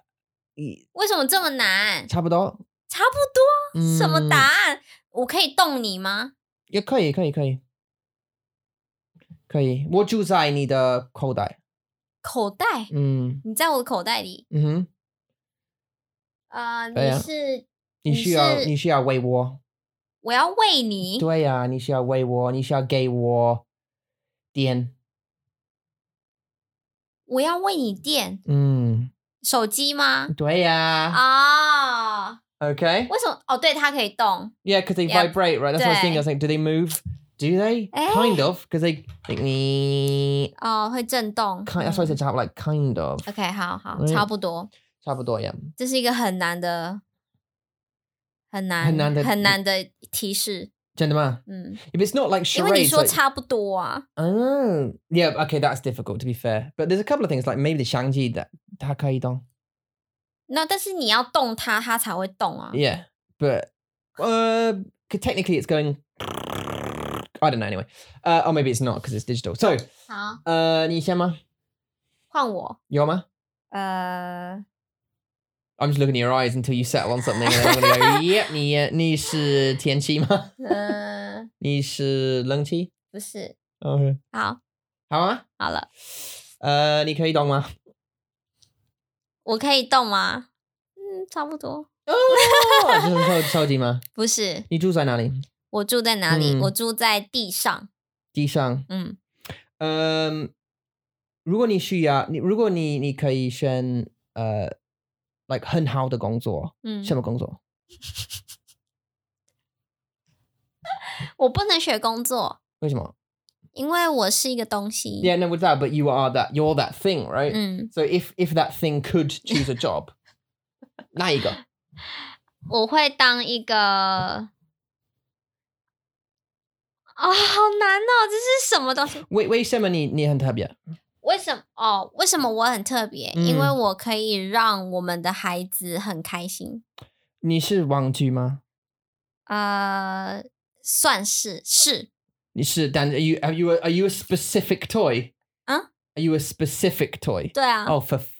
Uh,
为什么这么难？
差不多。
差不多，
嗯
什么答案？我可以动你吗？
也可以，可以，可以，可以。我就在你的口袋。嗯嗯哼。
口袋，
嗯 Mm,
你在我的口袋里。
mm-hmm.
呃，
对
你
啊
是
你
你
需要
是
你需要喂我，
我要喂你，
对呀、你需要喂我，你需要给我电，
我要喂你电，
嗯，
手机吗？Uh,
对呀、
啊、
Okay,
为什么？哦，对，它可以动。
yeah, because they
Yeah,
vibrate, right? That's what I was thinking. I was like, do they move? Do they?
Eh.
Kind of, because they like me.
哦，会震动。
Kind, that's why I
嗯
said to have like kind of.
OK，好好，
嗯
差不多。
差不多呀。
这是一个很难的、很难、
很难的
很难的提示。
真的吗
嗯，
？If it's not like
因为你
charades,
说
like,
差不多啊，
oh, yeah, okay, that's difficult to be fair. But there's a couple of things like maybe the Shang-Chi that 它可以动。
那但是你要动它，它才会动啊。
Yeah, but uh, 'cause technically it's going. I don't know anyway. Uh, or maybe it's not because it's digital. So,
好，
uh, 你先吗？
换我。
有吗？
呃，
I'm just looking at your eyes until you settle on something, and then I'm gonna go. yep, 你你是天气吗？你是冷气
呃，不是。
？OK，
好，好了，
好啊。呃，你可以懂吗？哦，
我可以动吗？嗯，差不多。不是，
就是超超级吗？你住在哪里？地上。
我住在哪里？
嗯
我住在地上。嗯，
嗯，如果你需要，你如果你你可以选呃，like 很好的工作，
嗯
什么工作？
我不能选工作，
为什么
因为我是一个东西。
？Yeah, no, with that, but you are that, you're that thing, right?
嗯，
So if if that thing could choose a job，那一个
我会当一个啊、好难哦！这是什么东西？
为为什么你你很特别？
为什么？哦，为什么我很特别？
嗯
因为我可以让我们的孩子很开心。
你是网剧吗？
呃，算是是
Dan, are you are you a, are you a specific toy?
Huh?
Are you a specific toy?
对啊。
Oh, for f-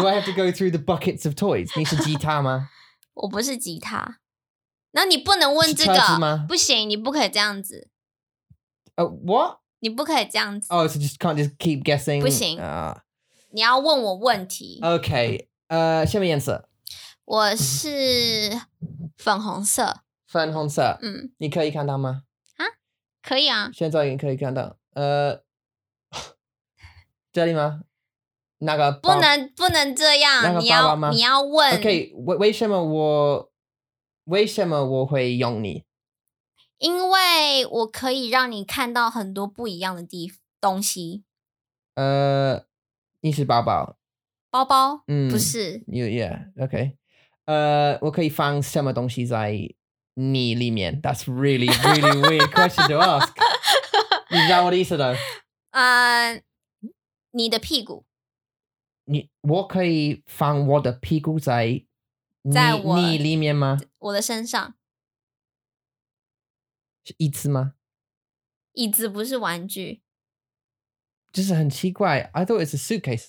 do I have to go through the buckets of toys? 你是吉他吗？
我不是吉他，然后你不能 问这
是车子
个，
吗？
不行，你不可以这样子，
Uh, what?
你不可以这样子，
Oh, so just can't just keep guessing.
不行。
Ah.
你要问我问题。
哦 okay. Uh, 下面颜色，
我是粉红色，
粉红色，
嗯，
你可以看到吗？
可以啊，
现在也可以看到，呃， 这里吗？那个
不
包
能不能这
那
样，
个
你
爸爸
要
吗
你要问
OK，为为什么我为什么我会用你？
因为我可以让你看到很多不一样的地东西，
呃，你是宝宝，
包包、
嗯，
不是，
，You yeah，OK，、呃，我可以放什么东西在你里面？That's really really weird question to ask 。 你知道我的意思的？
嗯、你的屁股
你我可以放我的屁股在你
在我
你里面吗？
我的身上，
是一次吗？
椅子不是玩具，
就是很奇怪。I thought it's a suitcase.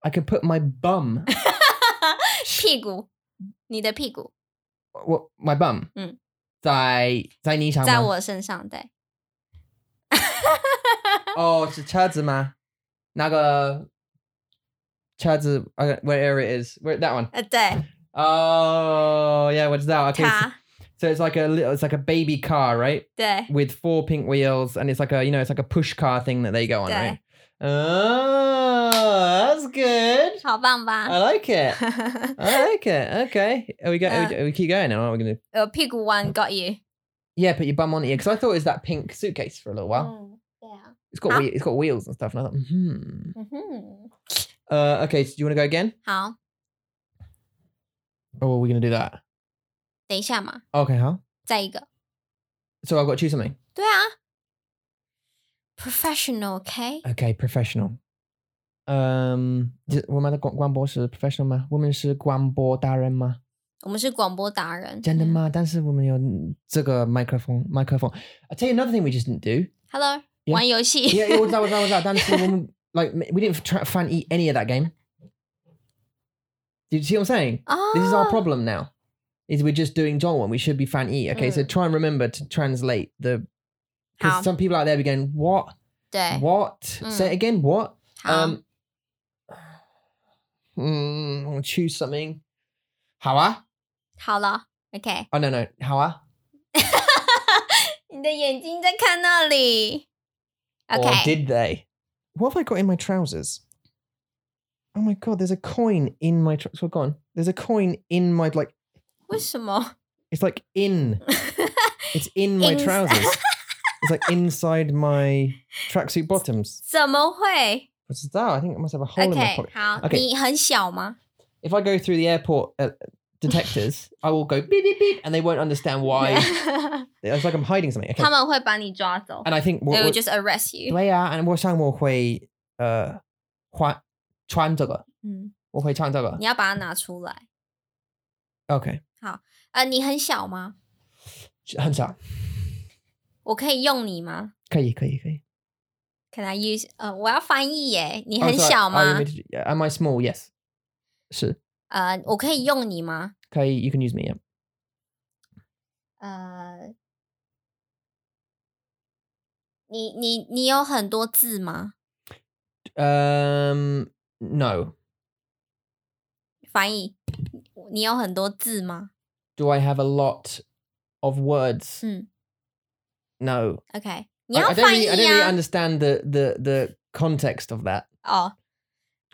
I could put my bum.
屁股，你的屁股
what my bum?
嗯，
在在你上吗？
在我身上，对。
哦，是车子吗？那个车子，OK, wherever it is, where that one.
呃，对，
Oh, yeah, 我知道。Okay, so,
它，
so it's like a little, it's like a baby car, right?
对
With four pink wheels, and it's like a, you know, it's like a push car thing that they go on,
Yeah.
right? Oh, that's good.
好棒
I
吧？
like it. I like it. Okay. Are we go? Are we,
Yeah.
are we keep going now. Are we gonna?
呃，屁股弯 got you。
Yeah, put your bum on it because I thought it was that pink suitcase for a little while.
嗯，对啊，
It's got
Huh?
whe- it's got wheels and stuff, and I thought, hmm.
嗯哼，
Uh, okay. So do you want to go again,
好，
or are we Oh, gonna do that?
等一下嘛，
Okay, huh?
再一个。
So I've got to choose something.
对啊，professional，OK，
Okay, professional. Um, 我们的广广播是 professional 吗？我们是广播达人吗？真的吗？但是我们有
我们是广播达人。嗯
这个 microphone I tell you another thing we just didn't do.
？Hello，
Yeah
玩游戏。
Yeah, yeah, 我知道，我知道，我知道。但是我们 like we didn't try, find e- any of that game. Do you see what I'm saying? This is our
哦
problem now. Is we're just doing John one. We should be fan E. Okay, so try and remember to translate the.
How? Eh.
Because some people out there be going, what?
对，
What? Say it
Mm.
again. What? Um,
好，
嗯 mm, I'll choose something. Hawa?
好了，OK。
Oh no no. Hawa?
你的眼睛在看那里。
Or
OK，
did they? What have I got in my trousers? Oh my god! There's a coin in my. Tr- so go on. There's a coin in my like.
为什么？
It's like in. It's in my
Ins-
trousers. it's like inside my tracksuit bottoms.
怎么会
What's that? I think I must have a hole in my
？OK，
pocket.
好，
OK
你很小吗？
If I go through the airport uh, detectors, I will go beep beep beep, and they won't understand why. it's like I'm hiding something. Okay.
他们会把你抓走
And I think
，they
啊我
will just arrest you。
对啊，and uh, 我想我会呃换穿这个，
嗯，
我会穿这个
你。要把它拿出来。
OK，
呃，你很小吗？
很少，
我可以用你吗
可以可以可以。
？Can I use？呃，我要翻译耶。你
Oh,
很
sorry.
小
Oh, you
吗
want？me to do- Am I small? Yes，是
呃，我可以用你吗？
可以。You can use me. Yeah.
呃，你你你有很多字吗？
Um, no.
翻译，你有很多字吗
Do I have a lot of words?
Hmm.
No.
？OK，你
I,
要
I don't
翻
really,
译
I don't really
啊。
understand the the the context of that.
哦，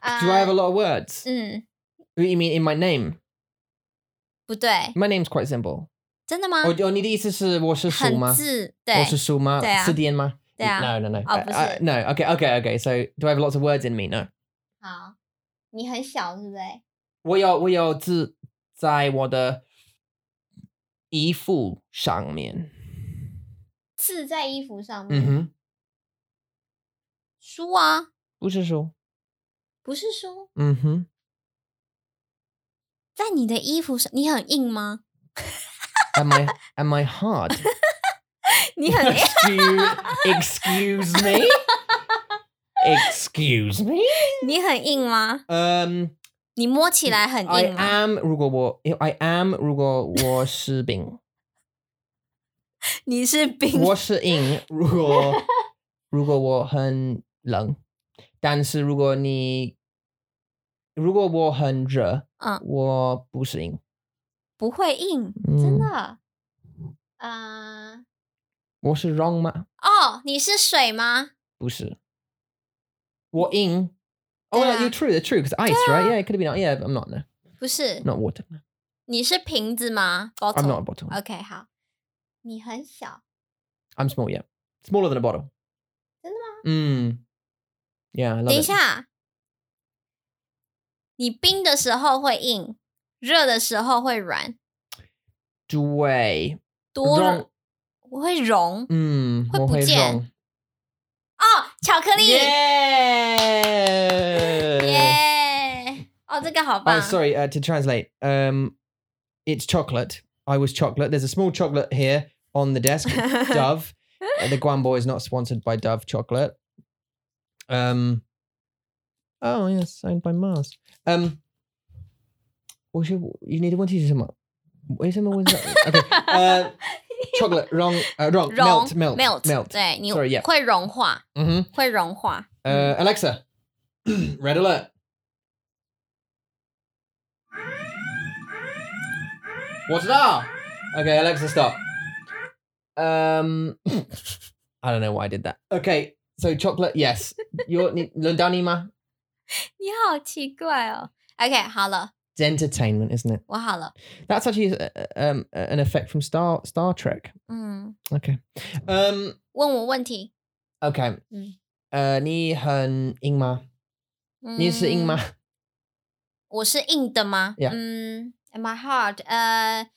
Do I have
呃，
a lot of words?
嗯，
What do you mean in my name?
不对，
My name's quite simple.
真的吗？
Or or 嗯哦你的意思是我是属吗？哦
很字，对，
我是属吗？
对啊。
是的吗？
对啊。
No, no, no.
哦，
I-
不是。
I- no. Okay, okay, okay. So do I have lots of words in me? No.
好，你很小是不是？
我有我有字在我的衣服上面。
字在衣服上面，
嗯哼，
书啊，
不是书。
不是书，
Mm-hmm. 嗯哼。
在你的衣服上，你很硬吗？
Am I am I hard?
你 很
excuse, excuse me. Excuse me.
你很硬吗？
Um
你摸起来很
I
硬吗？
am 如果我 I am 如果我是病，
你是冰
我是硬。如果如果我很冷，但是如果你-如果我很热，
嗯。
我不是硬。
不会硬，真的。嗯、
我是wrong
哦，你是水吗？
吗？不是。我硬。Oh,
对
no,
啊。
you're true. They're true because ice, right? Yeah, it could have been. Yeah, but I'm not. No,
不是，
not water.
你是瓶子吗 b o t
I'm
t
not a
l
bottle.
OK，好，你很小，
I'm small. Yeah, smaller than a bottle.
真的吗？
Mm. Yeah, I love
等一
it.
下，你冰的时候会硬，热的时候会软，
对，
多
融
我会融
嗯，
会
我
不
会
见
用
哦，巧克力，耶、
Yeah.
哦，这个好棒
Oh, sorry. Uh, to translate, um, it's chocolate. I was chocolate. There's a small chocolate here on the desk. Dove. Uh, the Guambo is not sponsored by Dove chocolate. Um. Oh yes, signed by Mars. Um. What should you need? One teacher, someone. Wait, someone was that? Okay. Uh, chocolate. Wrong. Uh, wrong.
融
Melt. Melt.
melt
Melt.
对你
Sorry, yeah.
会融化，
Mm-hmm.
会融化，
Uh, Alexa, red alert. What's that? Okay, Alexa, stop. Um, I don't know why I did that. Okay, so chocolate, yes. Your ni- Lundanima.
你好奇怪哦。OK，好了，
It's entertainment, isn't it?
我好了，
That's actually uh, um, an effect from Star Star Trek.
嗯，
Okay. Um.
问我问题，
Okay.
嗯。
Uh, 你很硬吗？
嗯
你是硬吗？
我是硬的吗
Yeah.
嗯，Am I hard？呃，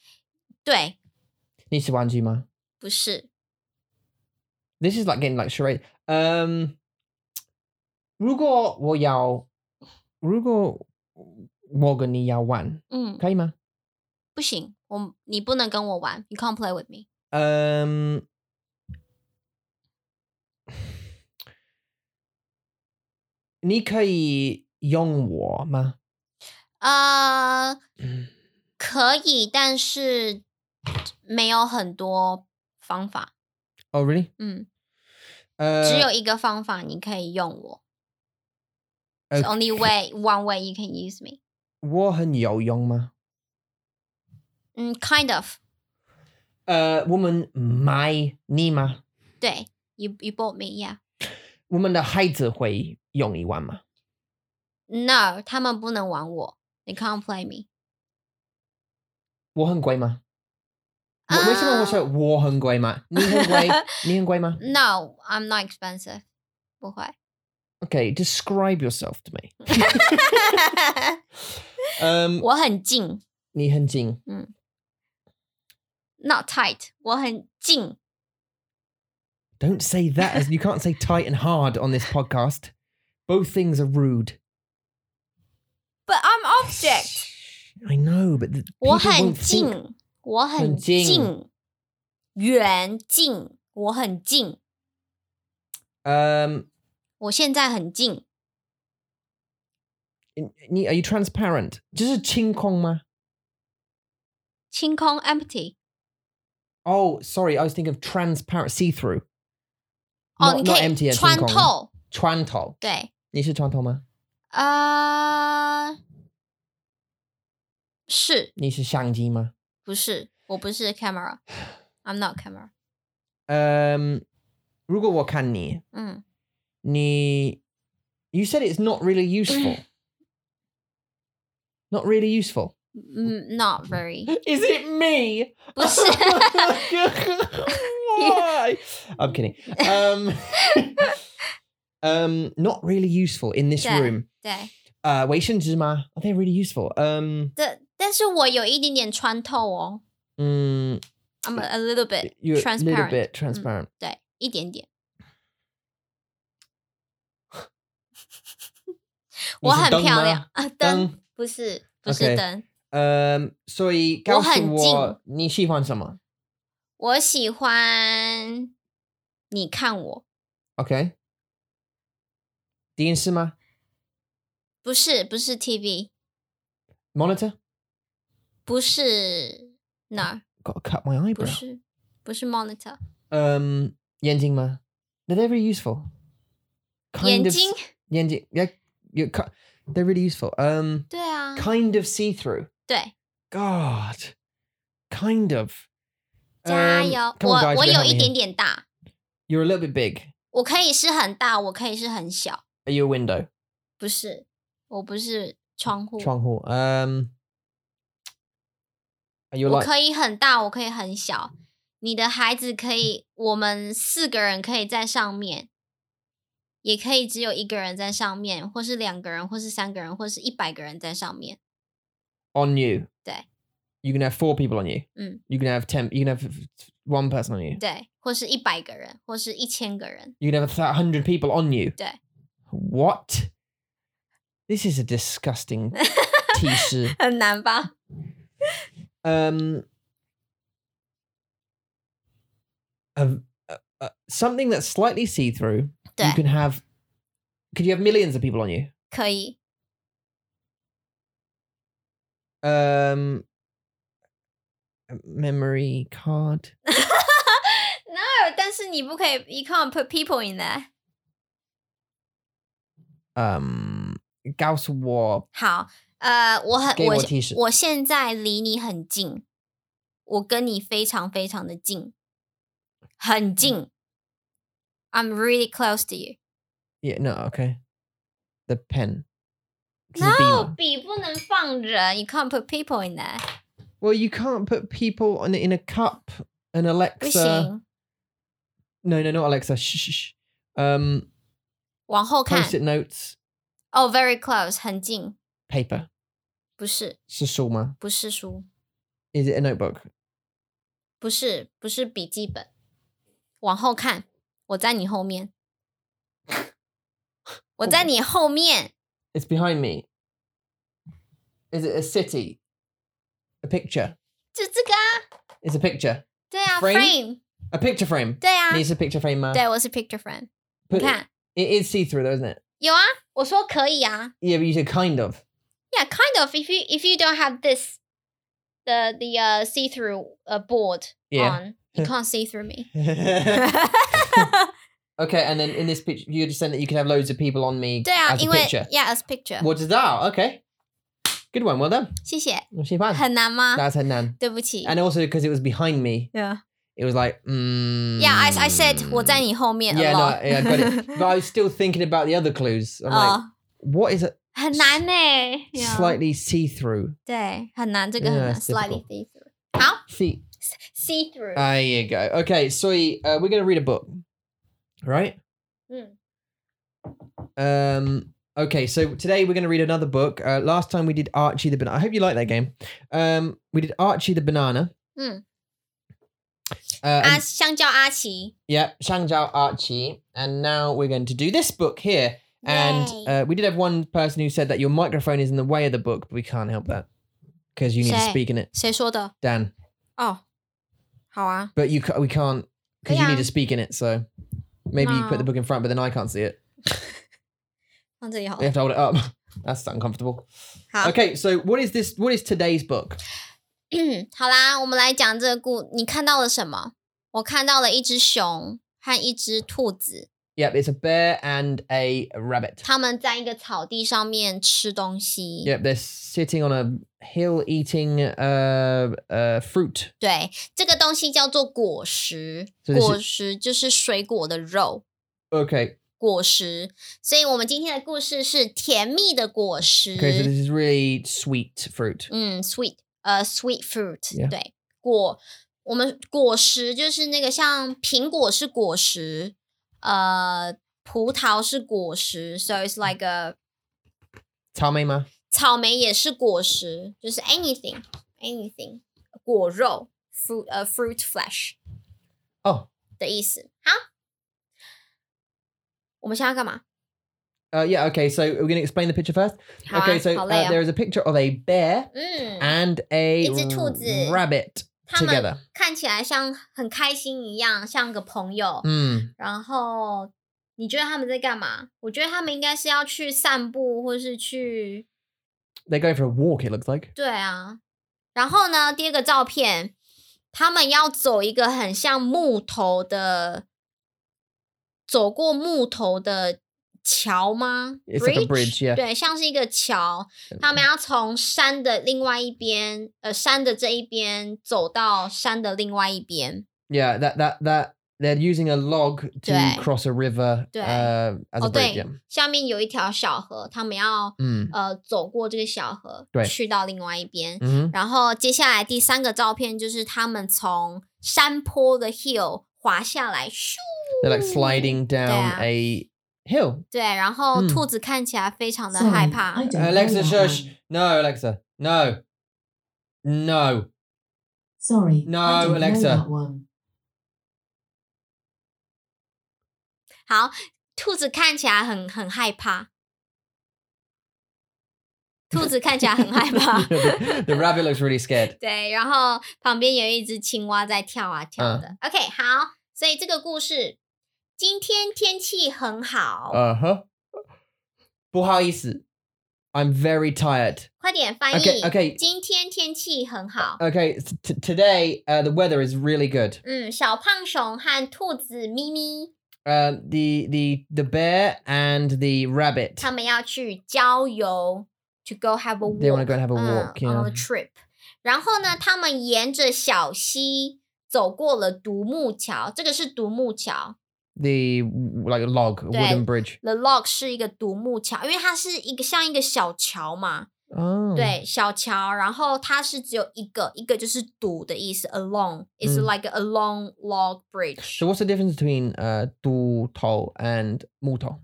对，
你是玩具吗？
不是，
This is like getting like charade. Um, 如果我要，如果我跟你要玩，可以吗？
嗯，不行，我你不能跟我玩，You can't play with me。
Um, Um，你可以用我吗？嗯，
呃，可以，但是没有很多方法。
Oh really？
嗯，
呃，
只有一个方法你可以用我。It's
呃
only way, one way you can use me.
我很有用吗？
嗯，kind of.
呃，我们买你吗？
对，you you bought me, yeah.
我们的孩子会用你玩吗？
No，他们不能玩我。They can't play me.
我很贵吗？我为什
啊
么我说我很贵吗？你很贵，你很贵吗
No, I'm not expensive. 不 会。
？Okay，describe yourself to me。嗯，
我很近
你很近，
，not tight。我很近，
Don't say that as you can't say tight and hard on this podcast. Both things are rude.
but I'm object。
I know, but the
我
people
很
won't think-
近，我
很
很
近
近，远近，我很近，
Um,
我现在很近。
你 are you transparent? 就是清空吗
清空 empty。
？Oh, sorry, I was thinking of transparent, see through.
哦，
Not-
你
not
可
empty
以
啊
穿
清空
透。
穿透，
对，
你是穿透吗？
呃，是
你是相机吗？
不是？我不是 camera，I'm not camera。
嗯，Um, 如果我看你，
嗯，
你 you said it's not really useful not really useful
嗯，not very。
is it me
不是。
Why? i'm kidding um um not really useful in this
Yeah.
room
对，
uh wei are they really useful um
这但是我有一点点穿透哦。
mm,
I'm a, a little bit
you're a little
transparent，
bit transparent Mm.
对，一点点。我
你是
很
灯
漂
吗
亮啊，灯不是不是
？OK
灯，
Um, 所以告诉
很
我你喜欢什么
我喜欢你看我，
？OK，电视吗
不是不是 TV，
？Monitor？
不是哪儿，
Got to cut my eyebrow.
不是不是 monitor，
Um, 眼睛吗？They're very useful.
眼
Kind of-
睛，
眼睛，yeah, you cut. They're really useful. Um,
对啊，
kind of see through.
对，
God, kind of.
加
Um,
油，
come on, guys,
嗯我我有
you can help me
一
here.
点点大，
You're a little bit big.
我可以是很大，我可以是很小，
Are you a window?
不是，我不是窗户，
Chuang Hu. Um, are you
我
like?
可以很大，我可以很小。你的孩子可以，我们四个人可以在上面，也可以只有一个人在上面，或是两个人，或是三个人，或是一百个人在上面。
on you.
There.
You can have four people on you.
Mm.
You can have ten. You can have one person on you.
对，或是一百个人，或是一千个人。
You can have a hundred people on you.
There.
What? This is a disgusting teacher.
很难吧？
Um, a- a- a- uh, something that's slightly see through. You
对，
can have. Could you have millions of people on you?
可以。
Um, a memory card.
no，但是你不可以，you can't put people in there。
Um, Gauss War
好，呃，我很
给
我
我
现
提示
我现在离你很近，我跟你非常非常的近，很近。I'm really close to you。
Yeah, no, okay. The pen. 'Cause it's
No，
Beamer.
笔不能放人，you can't put people in there，
Well, you can't put people on in a cup. An
不
Alexa.
行。
No, no, not Alexa. Shh, shh, shh. Um,
往后看
post-it notes,
哦、v e r y close，很近，
paper.
不是，
Susuma.
不是书，
Is it a notebook?
不是，不是笔记本。往后看，我在你后 面，我
哦
在你后面，
It's behind me. Is it a city? A picture.
就这个啊，
It's a picture.
对啊
Frame？
，frame
A picture frame.
对啊，
Needs a picture frame, man.
对，我是 picture frame。你
Put-
看，
it is see through, though, isn't it?
有啊，我说可以啊。
Yeah, but you said kind of.
Yeah, kind of. If you if you don't have this, the the uh see through uh, board
Yeah.
on, you can't see through me.
okay, and then in this picture, you're just saying that you can have loads of people on me
对啊，
as a
因为
picture.
yeah as picture，
What is that? Okay. Good one. Well done.
谢谢，
Well, she fine.
很难 吗？
That's Hernan.
对不起。
And also because it was behind me,
Yeah,
it was like, mm,
yeah. I I said 我在你后面 a
Yeah, no,
lot.
yeah, I got it. But I was still thinking about the other clues. I'm like,
哦，
what is a
很难呢。Yeah
slightly see through?
对，很难，这个很
Yeah,
难。
it's
Slightly
difficult.
see
Uh,
through. 好啊
See,
，see through.
there you go. Okay, so uh, we're going to read a book, right?
嗯，
Um, okay, so today we're going to read another book. Uh, last time we did Archie the Banana. I hope you like that game. Um, we did Archie the Banana.
Mm.
Uh, and-
阿香蕉阿奇。
yeah, Shangzhou Archie. And now we're going to do this book here. And
Yay.
uh, we did have one person who said that your microphone is in the way of the book, but we can't help that because you need to
Say.
speak in it,
谁说的？
Dan.
哦，好啊，
But you ca- we can't because you
Yeah.
need to speak in it. So maybe you put
No.
the book in front, but then I can't see it.
放这里好
We
了
have。to hold it up. That's uncomfortable.
好。
Okay, so what is this? What is today's book?
好啦，我们来讲这个故。你看到了什么？我看到了一只熊和一只兔子，
Yep, it's a bear and a rabbit.
它们在一个草地上面吃东西。
Yep, they're sitting on a hill eating uh, uh, fruit.
对，这个东西叫做果实，
这是
果实就是水果的肉。
Okay,
果实，所以我们今天的故事是甜蜜的果实。
okay, so this is really sweet fruit.
嗯，sweet，呃，sweet fruit，、
Yeah.
对，果，我们果实就是那个像苹果是果实，呃，葡萄是果实，so it's
嗯
like a
草莓吗？
草莓也是果实，就是 anything，anything，果肉，fruit，呃，fruit flesh
Oh,
的意思。好，我们现在要干嘛？
Uh, yeah, okay, so we're going to explain the picture first.
好啊，
okay, so
好
uh,
累
there
哦。
is a picture of a bear
嗯，
and a
一只兔子。
rabbit
他们
together.
看起来像很开心一样，像个朋友。
Mm.
然后你觉得他们在干嘛？我觉得他们应该是要去散步，或是去
They're going for a walk, it looks like.
对啊。然后呢，第二个照片，他们要走一个很像木头的，走过木头的桥吗
It's like a bridge, yeah. 嗯
对，像是一个桥。他们要从山的另外一边，呃，山的这一边走到山的另外一边。
Yeah, that, that, that, they're using a log to
对。
cross a river
对。
uh, as
哦，
a bridge.
对
Yeah.，
下面有一条小河，他们要
Mm.
呃走过这个小河，
对
去到另外一边。
hmm
然后接下来第三个照片就是他们从山坡的 hill 滑下来，咻！
They're like sliding down
Yeah.
a hill.
对，然后
嗯哎
兔子看起来非常的害怕。
Sorry, I don't
Alexa,
know that
shush.
one.
No, Alexa. No. No.
Sorry,
No,
I don't
Alexa.
know that one.
好，兔子看起来很很害怕。兔子看起 来很害怕，
the the rabbit looks really scared.
对，然后旁边有一只青蛙在跳啊跳
嗯
的。OK，好，所以这个故事今天天气很好，
Uh huh. 不好意思, I'm very tired.
快点翻译。
OK, OK
今天天气很好。
Okay, t- t- today uh, the weather is really good.
嗯，小胖熊和兔子咪咪
Uh, the the the bear and the rabbit
他们要去郊游，to go have a walk，
they want to go and have a
嗯
walk. you
on a
know.
trip。然后呢，他们沿着小溪走过了独木桥，这个是独木桥。
the like a log, a wooden bridge.
The log 是一个独木桥，因为它是一个像一个小桥嘛，
Oh,
对，小桥。然后它是只有一个，一个就是独的意思，along，is、
嗯
like a long log bridge
So。what's the difference between uh du tao and mu tao?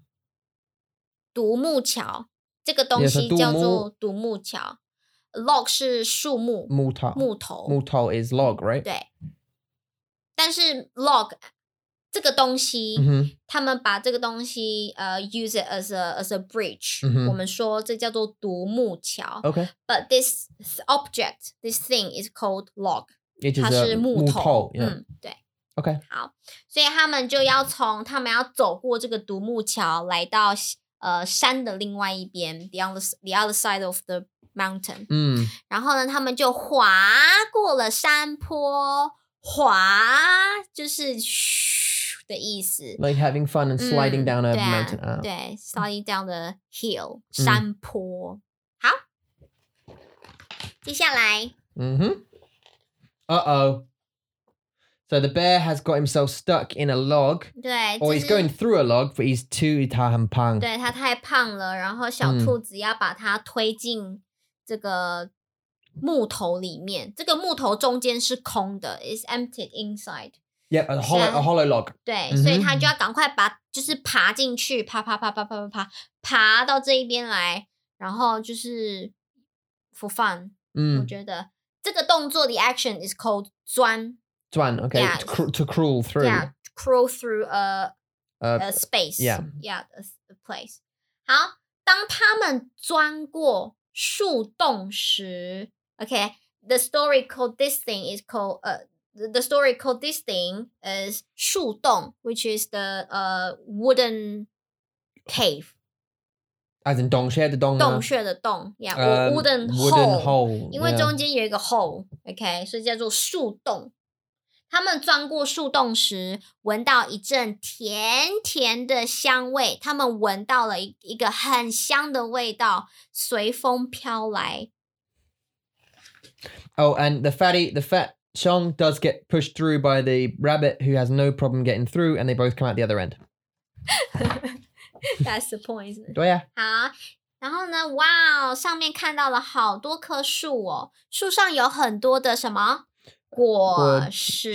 独木桥这个东
Yes,
西
独
叫
木
做独木桥，log 是树木
Mu tao.
木头
Mu tao is log, right?
对。但是 log 这个东西，
Mm-hmm.
他们把这个东西呃、use it as a as a bridge，、
嗯哼
我们说这叫做独木桥。
Okay.
But this object, this thing is called log，
It is
它
a
是木
mu Mm.
头
tao,。Yeah.
嗯，对。
Okay.
好，所以他们就要从他们要走过这个独木桥，来到西呃山的另外一边，the other the other side of the mountain。
Mm.
然后呢，他们就滑过了山坡，滑就是咻的意思。
Like having fun and sliding
嗯
down a
对啊
mountain. 嗯 Ah.
对，sliding down the hill，山坡。好，接下来
Mm-hmm. Uh oh. So the bear has got himself stuck in a log,
对，
or
就
he's
是
going through a log, but he's too tahampang.
对它太胖了，然后小
嗯
兔子要把它推进这个木头里面。这个木头中间是空的，is empty inside。
Yep, a hollow, a
Yeah.
hollow log.
对，
嗯哼
所以它就要赶快把，就是爬进去，爬爬爬爬爬爬爬，爬到这一边来，然后就是 for fun。我
Mm.
觉得这个动作的 action is called 钻
Tuan, okay,
Yeah.
to, cr- to crawl through.
，yeah。Crawl through a
Uh,
a space.
yeah.
Yeah, a, s- a place. 好，当他们钻过树洞时，OK, the story called this thing is called 呃、the the story called this thing is 树洞，which is the 呃、wooden cave
as in dong share the dong.
洞
uh,
穴的洞，yeah,
um,
wooden
wooden hole.
因为
yeah.
中间有一个 hole，OK，、所以叫做树洞。他们钻过树洞时，闻到一阵甜甜的香味，他们闻到了一一个很香的味道，随风飘来。
Oh, and the fatty, the fat Chong does get pushed through by the rabbit, who has no problem getting through, and they both come out the other end.
That's the point. isn't it?
Oh, yeah.
好，然后呢？哇哦，上面看到了好多棵树哦，树上有很多的什么果
果
实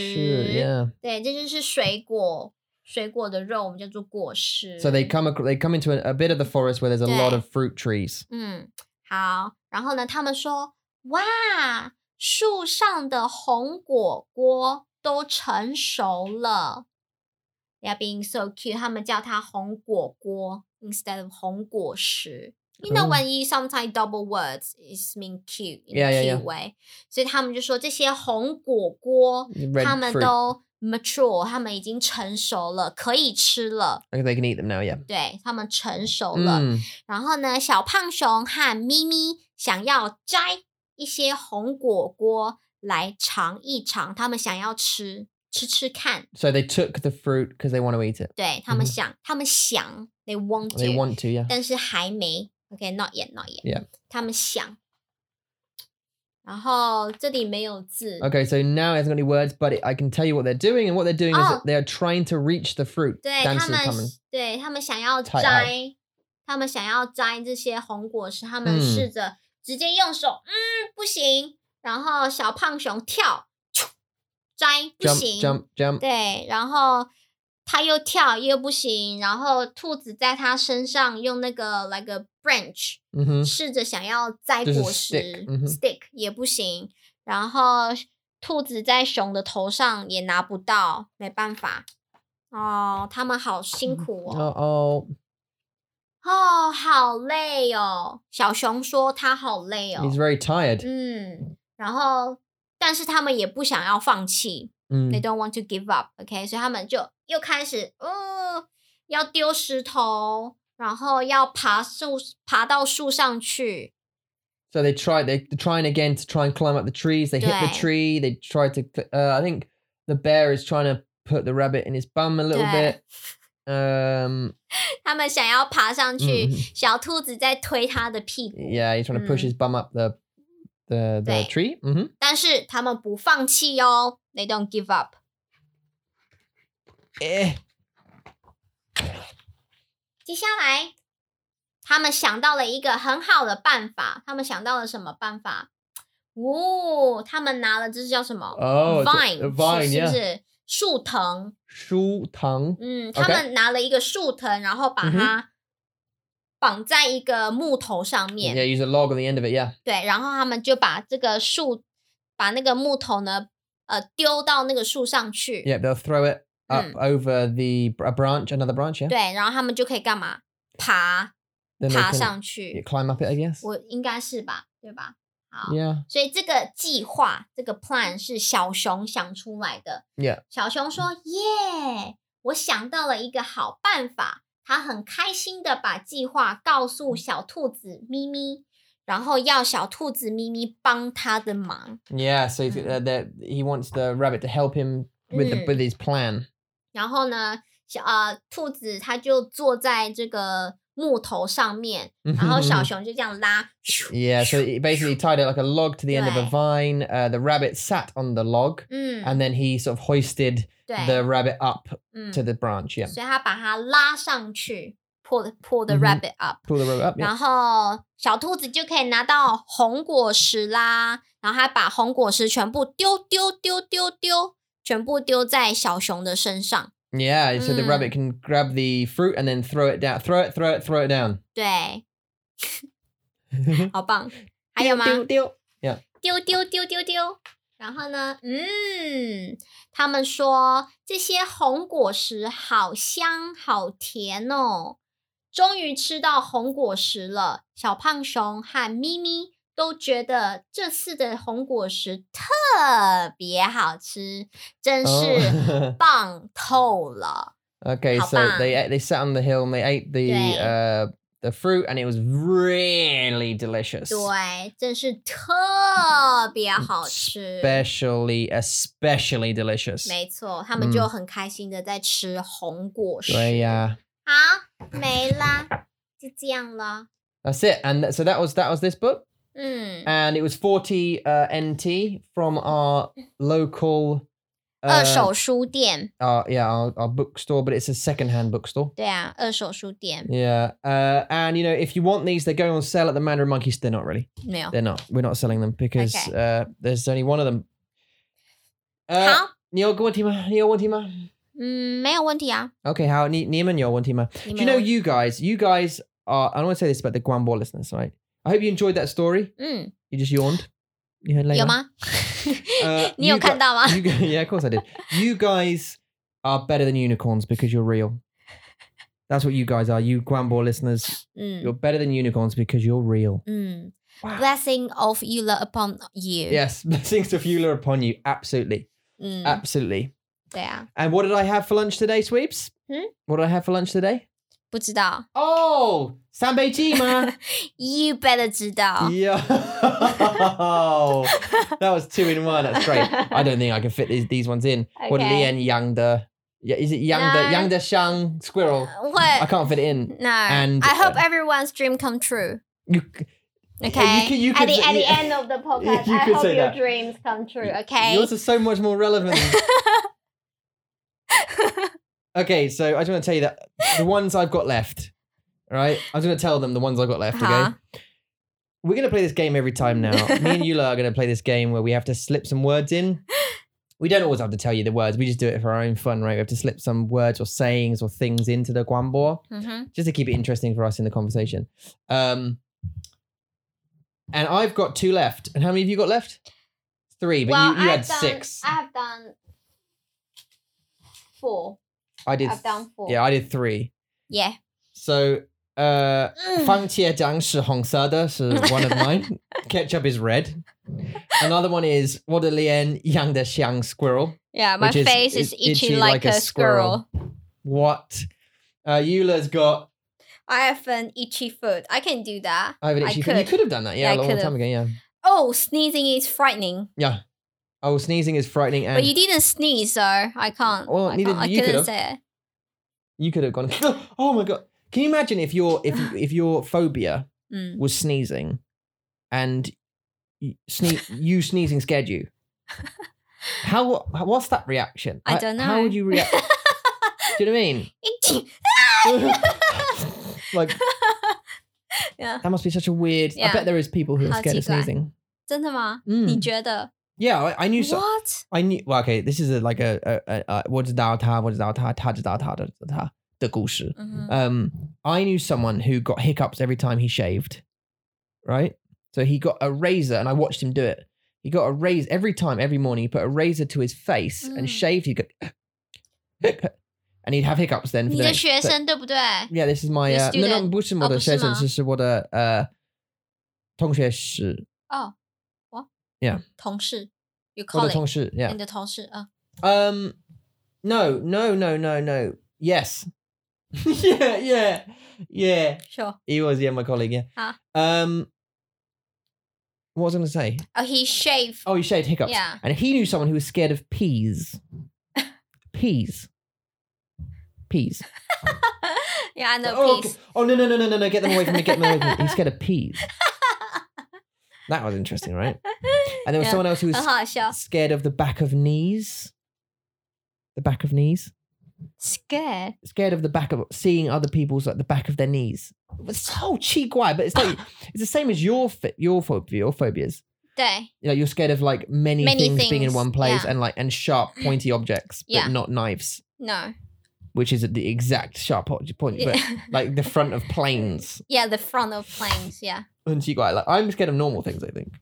Sure, yeah.
对，这就是水果，水果的肉我们叫做果实。
So they come ac- they come into a, a bit of the forest where there's a lot
Yeah.
of fruit trees.
嗯，好。然后呢，他们说，哇，树上的红果果都成熟了。They're being so cute，他们叫它红果果。 instead of 红果实。You know
Oh.
when you sometimes double words, it's mean cute in
Yeah,
a
yeah,
cute
yeah.
way. 所以他们就说这些红果果，
Red
他们
fruit.
都 mature，他们已经成熟了，可以吃了。
Okay, they can eat them now, yeah.
对他们成熟了。
Mm.
然后呢，小胖熊和咪咪想要摘一些红果果来尝一尝，他们想要吃吃吃看。
So they took the fruit because they want to eat it.
对他们
嗯
想，他们想，they want to，
They want to, yeah.
但是还没，OK，not、yet，not yet。
Yeah.
他们想。然后这里没有字
Okay, so now it hasn't got any words, but it, I can tell you what they're doing, and what they're doing
Oh.
is they are trying to reach the fruit.
对
Dance
他
is
们
coming.
对他们想要
采
摘，他们想要摘这些红果实，他们
嗯
试着直接用手，嗯，不行。然后小胖熊跳，摘不
Jump,
行
jump, jump.
对，然后他又跳又不行，然后兔子在他身上用那个 like a branch，
Mm-hmm.
试着想要摘
就是
果实
stick，嗯哼
也不行。然后兔子在熊的头上也拿不到，没办法。哦，他们好辛苦哦，
Uh oh.
哦，好累哦。小熊说他好累哦
He's，very tired.
嗯，然后但是他们也不想要放弃、
Mm.
t h e y don't want to give up，OK，、所以他们就又开始，嗯，要丢石头，然后要爬树，爬到树上去，
So they try. They, they're trying again to try and climb up the trees. They hit
Right.
the tree. They try to. cl- Uh, I think the bear is trying to put the rabbit in his bum a little
Yeah.
bit. Um.
他们想要爬上去，
Mhm.
小兔子在推他的屁股，
Yeah, he's trying to push
Mm.
his bum up the the the
Right.
tree. hmm
但是他们不放弃哦，They don't give up。
Eh.
接下来，他们想到了一个很好的办法，他们想到了什么办法？哦，他们拿了这是叫什么、
Oh, it's a-
vine，
a vine,
是是
yeah.
不是树藤？
Shu tang.
嗯，
OK
他们拿了一个树藤，然后把
嗯哼
它绑在一个木头上面。
Yeah, use a log on the end of it. Yeah.
对，然后他们就把这个树，把那个木头呢，呃，丢到那个树上去。
Yeah, they'll throw it up
Mm.
over the a branch, another branch. Yeah.
对，然后他们就可以干嘛？爬
Then
爬
they can
上去。
yeah, climb up it. I guess.
我应该是吧，对吧？好
Yeah.
所以这个计划，这个 plan 是小熊想出来的。
Yeah.
小熊说：“耶，我想到了一个好办法。”他很开心的把计划告诉小兔子咪咪，然后要小兔子咪咪帮他的忙。
Yeah. So he's, uh, that he wants the rabbit to help him with the,
Mm.
with his plan.
然后呢，小呃兔子它就坐在这个木头上面，然后 小熊就这样拉，咻
Yeah, so
咻
he basically tied it like a log to the end of a
Right. Mm.
vine. Uh, the rabbit sat on the log,
嗯，
and then he sort of hoisted
对，
the rabbit up
嗯，
to the branch. Yeah,
所以它把它拉上去，pull the- pull the
嗯哼
rabbit up，、
pull the rabbit up. Yeah,
然后小兔子就可以拿到红果实啦，然后它把红果实全部丢丢丢丢丢，全部丢在小熊的身上，
yeah. So the
Mm.
rabbit can grab the fruit and then throw it down. Throw it, throw it, throw it down.
对，
嗯
好棒，还有吗？
Deal, deal.
丢丢丢丢丢。然后呢，嗯，他们说这些红果实好香好甜哦。终于吃到红果实了，小胖熊和咪咪都觉得这次的红果实特别好吃，真 是
Oh.
棒透了。
okay,
How
so they ate, they sat on the hill and they ate the
Right.
uh, the fruit, and it was really delicious.
对，真是特别
嗯
好吃。
Especially, especially delicious.
没错，他们就
嗯
很开心的在吃红果实。
对呀。
好，没啦，就这样了。
That's it. And th- so that was that was this book.
嗯，
and it was 40 uh, NT from our local
二手书店，
uh, yeah, our, our bookstore, but it's a secondhand bookstore.
对啊，二手书店
Yeah, uh, and you know, if you want these, they're going on sale at the Mandarin Monkeys. They're not really.
没有。
They're not. We're not selling them because
Okay.
uh, there's only one of them. 呃 Uh,
好，
你有问题吗？你有问题吗？
嗯，没有问题啊。
Okay, how 你你们有问题吗？
你
Do
们
you
有
know
问
you guys? You guys are. I don't want to say this about the Guambo listeners, right? I hope you enjoyed that story.
嗯，
You just yawned. You heard
有
later.
吗？
Uh,
你有
you gu-
看到吗？
you, gu- yeah, of course I did. You guys are better than unicorns because you're real. That's what you guys are, you Granbor listeners. You're
嗯
better than unicorns because you're real.
嗯
Wow.
，blessing of you love upon you。
Yes, blessings of Eula upon you. Absolutely. 啊
嗯，
Absolutely.
对啊，
And what did I have for lunch today, Sweeps?
Hmm?
What did I have for lunch today?
不知道
Oh, Sanbei man.
，you better 知道。
Yo. that was two in one. That's great. I don't think I can fit these, these ones in. What
Okay.
Lian Yangda. Yeah, is it Yangda?
No. Uh,
Yangda Shang Squirrel. I
会
can't fit it in.
no.
啊 And,
I hope
uh,
everyone's dream come true.
You, c- you
Okay.
can- you
at
can
the
say-
at the
yeah.
end of the podcast,
You
I
could
hope
say
your
that.
dreams come true. Okay.
Yours is so much more relevant. okay, so I just want to tell you that the ones I've got left, all right? I'm just going to tell them the ones I've got left,
Uh-huh.
okay? We're going to play this game every time now. Me and Yula are going to play this game where we have to slip some words in. We don't always have to tell you the words. We just do it for our own fun, right? We have to slip some words or sayings or things into the Guambor
hmm
just to keep it interesting for us in the conversation. Um, and I've got two left. And how many have you got left? Three, but
well,
you, you
I've
had
done,
six.
I have done four.
I did.
I've done four.
Yeah, I did three.
Yeah.
So, uh,
Mm.
番茄酱是红色的，是 one of mine. Ketchup is red. Another one is 我的脸养的像 squirrel.
Yeah, my
which is-
face is,
is
itchy, like, a squirrel.
What? Uh, Eula's got.
I have an itchy foot. I can do that.
I have an
I
itchy. foot. You
could.
could have done that.
Yeah,
Yeah,
I
a long
could've.
time ago. Yeah.
Oh, sneezing is frightening.
Yeah. Oh, sneezing is frightening, and
But you didn't sneeze, so I can't.
Well,
I,
neither
can't, I
you
couldn't
could've.
say it.
you could have gone. Oh my god! Can you imagine if your if if your phobia
Mm.
was sneezing, and you, sne- you sneezing scared you? How what's that reaction?
I don't
How
know.
would you react? Do you know what I mean?
Itchy.
like
yeah.
that must be such a weird. I
Yeah.
bet there is people who are
How
scared of
奇怪。
sneezing.
真的吗？
Mm.
你觉得？
Yeah, I, I knew so.
What?
I knew. Well, okay, this is a, like a, a, a, a 我知道他，我知道他，他知道他的他的故事。
Mhm.
Um, I knew someone who got hiccups every time he shaved. Right, so he got a razor, and I watched him do it. He got a razor every time, every morning. He put a razor to his face
Mm.
and shaved. He would go, and he'd have hiccups then. For the
你的
next, but-
学生对不对？
yeah, this is my
Your
uh, no, no,
student-
不是我的学生，
哦，不是吗？
uh, 是我的呃同学是
Oh, what?
Yeah.
同事。Your colleague.
我的同事 yeah.
你的同事，啊。
Um, no, no, no, no, no. Yes. yeah, yeah, yeah.
Sure.
He was yeah, my colleague. Yeah.
Ah.
Um, what was I going to say?
Oh, he shaved.
Oh, you shaved hiccups.
Yeah.
And he knew someone who was scared of peas. peas. Peas.
yeah, I know.
oh,
please.
g- oh no no no no no no! Get them away from me! Get them away from me! He's scared of peas. That was interesting, right? And there
Yeah.
was
Uh-huh.
someone else who was
很好笑。
scared of the back of knees. The back of knees.
Scared.
Scared of the back of seeing other people's like the back of their knees. It's so cheek wide, but it's like it's the same as your ph- your phobia, your phobias.
对，
You know, you're scared of like many,
Many
things, being in
things,
one place
yeah.
and like and sharp pointy objects, but
Yeah.
not knives,
no.
which is the exact sharp point, point- but like the front of planes.
yeah, the front of planes. Yeah.
很奇怪, Like I'm scared of normal things. I think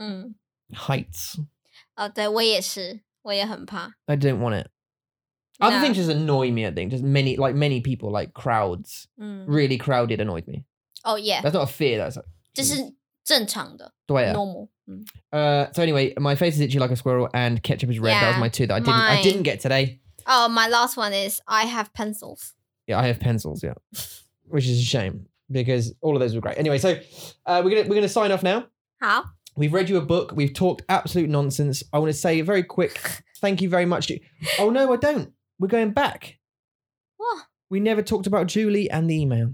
嗯，
heights.
哦，对我也是，我也很怕。
I don't want it. Other
No.
things just annoy me. I think just many like many people like crowds.
嗯，
really crowded annoyed me.
哦耶，
That's not a fear. That's a, Mm.
这是正常的
Dwyer.
normal。嗯，
Uh, so anyway, my face is itchy like a squirrel, and ketchup is red. That was
Yeah,
my two that I didn't. I
mine.
didn't get today.
Oh, my last one is I have pencils.
Yeah, I have pencils. Yeah, which is a shame because all of those were great. Anyway, so uh, we're gonna we're gonna sign off now.
好，
We've read you a book. We've talked absolute nonsense. I want to say a very quick thank you very much. To, oh no, I don't. We're going back.
What?
We never talked about Julie and the email.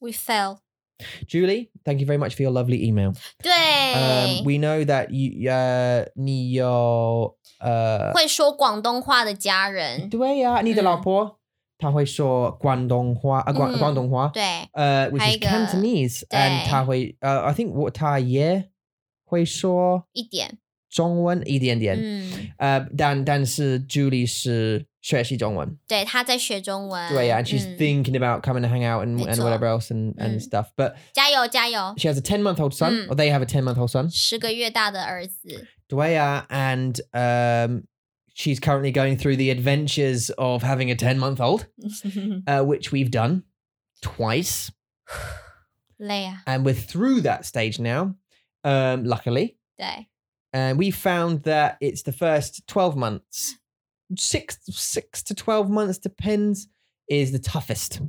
we fail.
Julie, thank you very much for your lovely email.
对
Um,，we know that you uh, 你有 uh,
会说广东话的家人，
对呀、你的老婆、她会说广东话啊，广、
嗯
广东话，
对，
呃、w h
还有
i c
一个
uh, is Cantonese，
对
and 她会呃、i think 我她也会说
一点，
中文一点
Mm.
点，
嗯，
呃，但但是 Julie 是学习中文，
对，他在学中文，
对呀、a n d she's
嗯
thinking about coming to hang out and
没
and
错
whatever else and and
嗯
stuff, but
加油加油，
she has a ten month old son,
嗯
or they have a ten month old son.
十个月大的儿子，
对呀、a n d um she's currently going through the adventures of having a 10 month old,
Mm.
uh, which we've done twice.
Leia，
And we're through that stage now, um, luckily.
对，
And we found that it's the first 12 months, six, six to 12 months, depends, is the toughest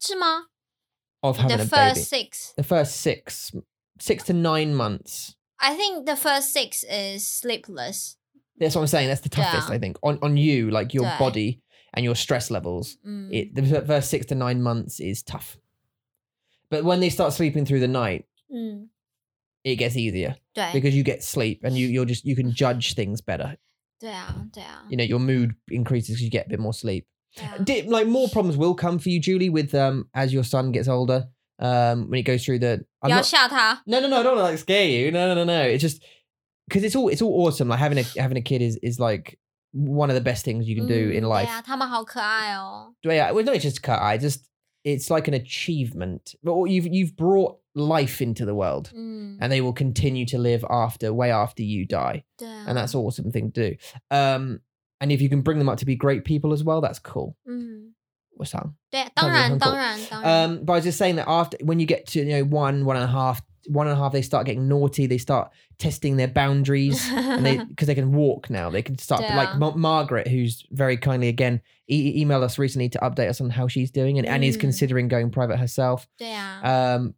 是吗
of having
？The
a
first
baby.
six.
The first six, six to nine months.
I think the first six is sleepless.
That's what I'm saying. That's the toughest,
Yeah.
I think, on, on you, like your
Yeah.
body and your stress levels.
嗯，
It, the first six to nine months is tough. But when they start sleeping through the night,
嗯，
it gets easier
对，
because you get sleep and you, you're just, you can judge things better.
对啊，对啊，
You know, your mood increases because you get a bit more sleep.
对啊，
Di- like more problems will come for you, Julie, with um as your son gets older. Um, when he goes through the,
不
I'm
要
not,
吓他。
no, no, no, I don't want to like scare you. No, no, no, no. It's just because it's all it's all awesome. Like having a having a kid is is like one of the best things you can do in
嗯
life.
对啊，他们好可爱哦。
Yeah, well, no, it's just cut. I just it's like an achievement. But what you've you've brought life into the world,
嗯，
and they will continue to live after way after you die,
对啊，
and that's an awesome thing to do. Um, and if you can bring them up to be great people as well, that's cool.
嗯，
What's that?
对，当
看着
然，
很
当
酷
然，当然，
Um, but I was just saying that after when you get to you know one, one and a half, one and a half, they start getting naughty. They start testing their boundaries, and they because they can walk now, they can start. But Like
Yeah.
Ma- Margaret, who's very kindly again e- e- emailed us recently to update us on how she's doing and, and is
Mm. Oh.
considering going private herself.
对啊，
Um,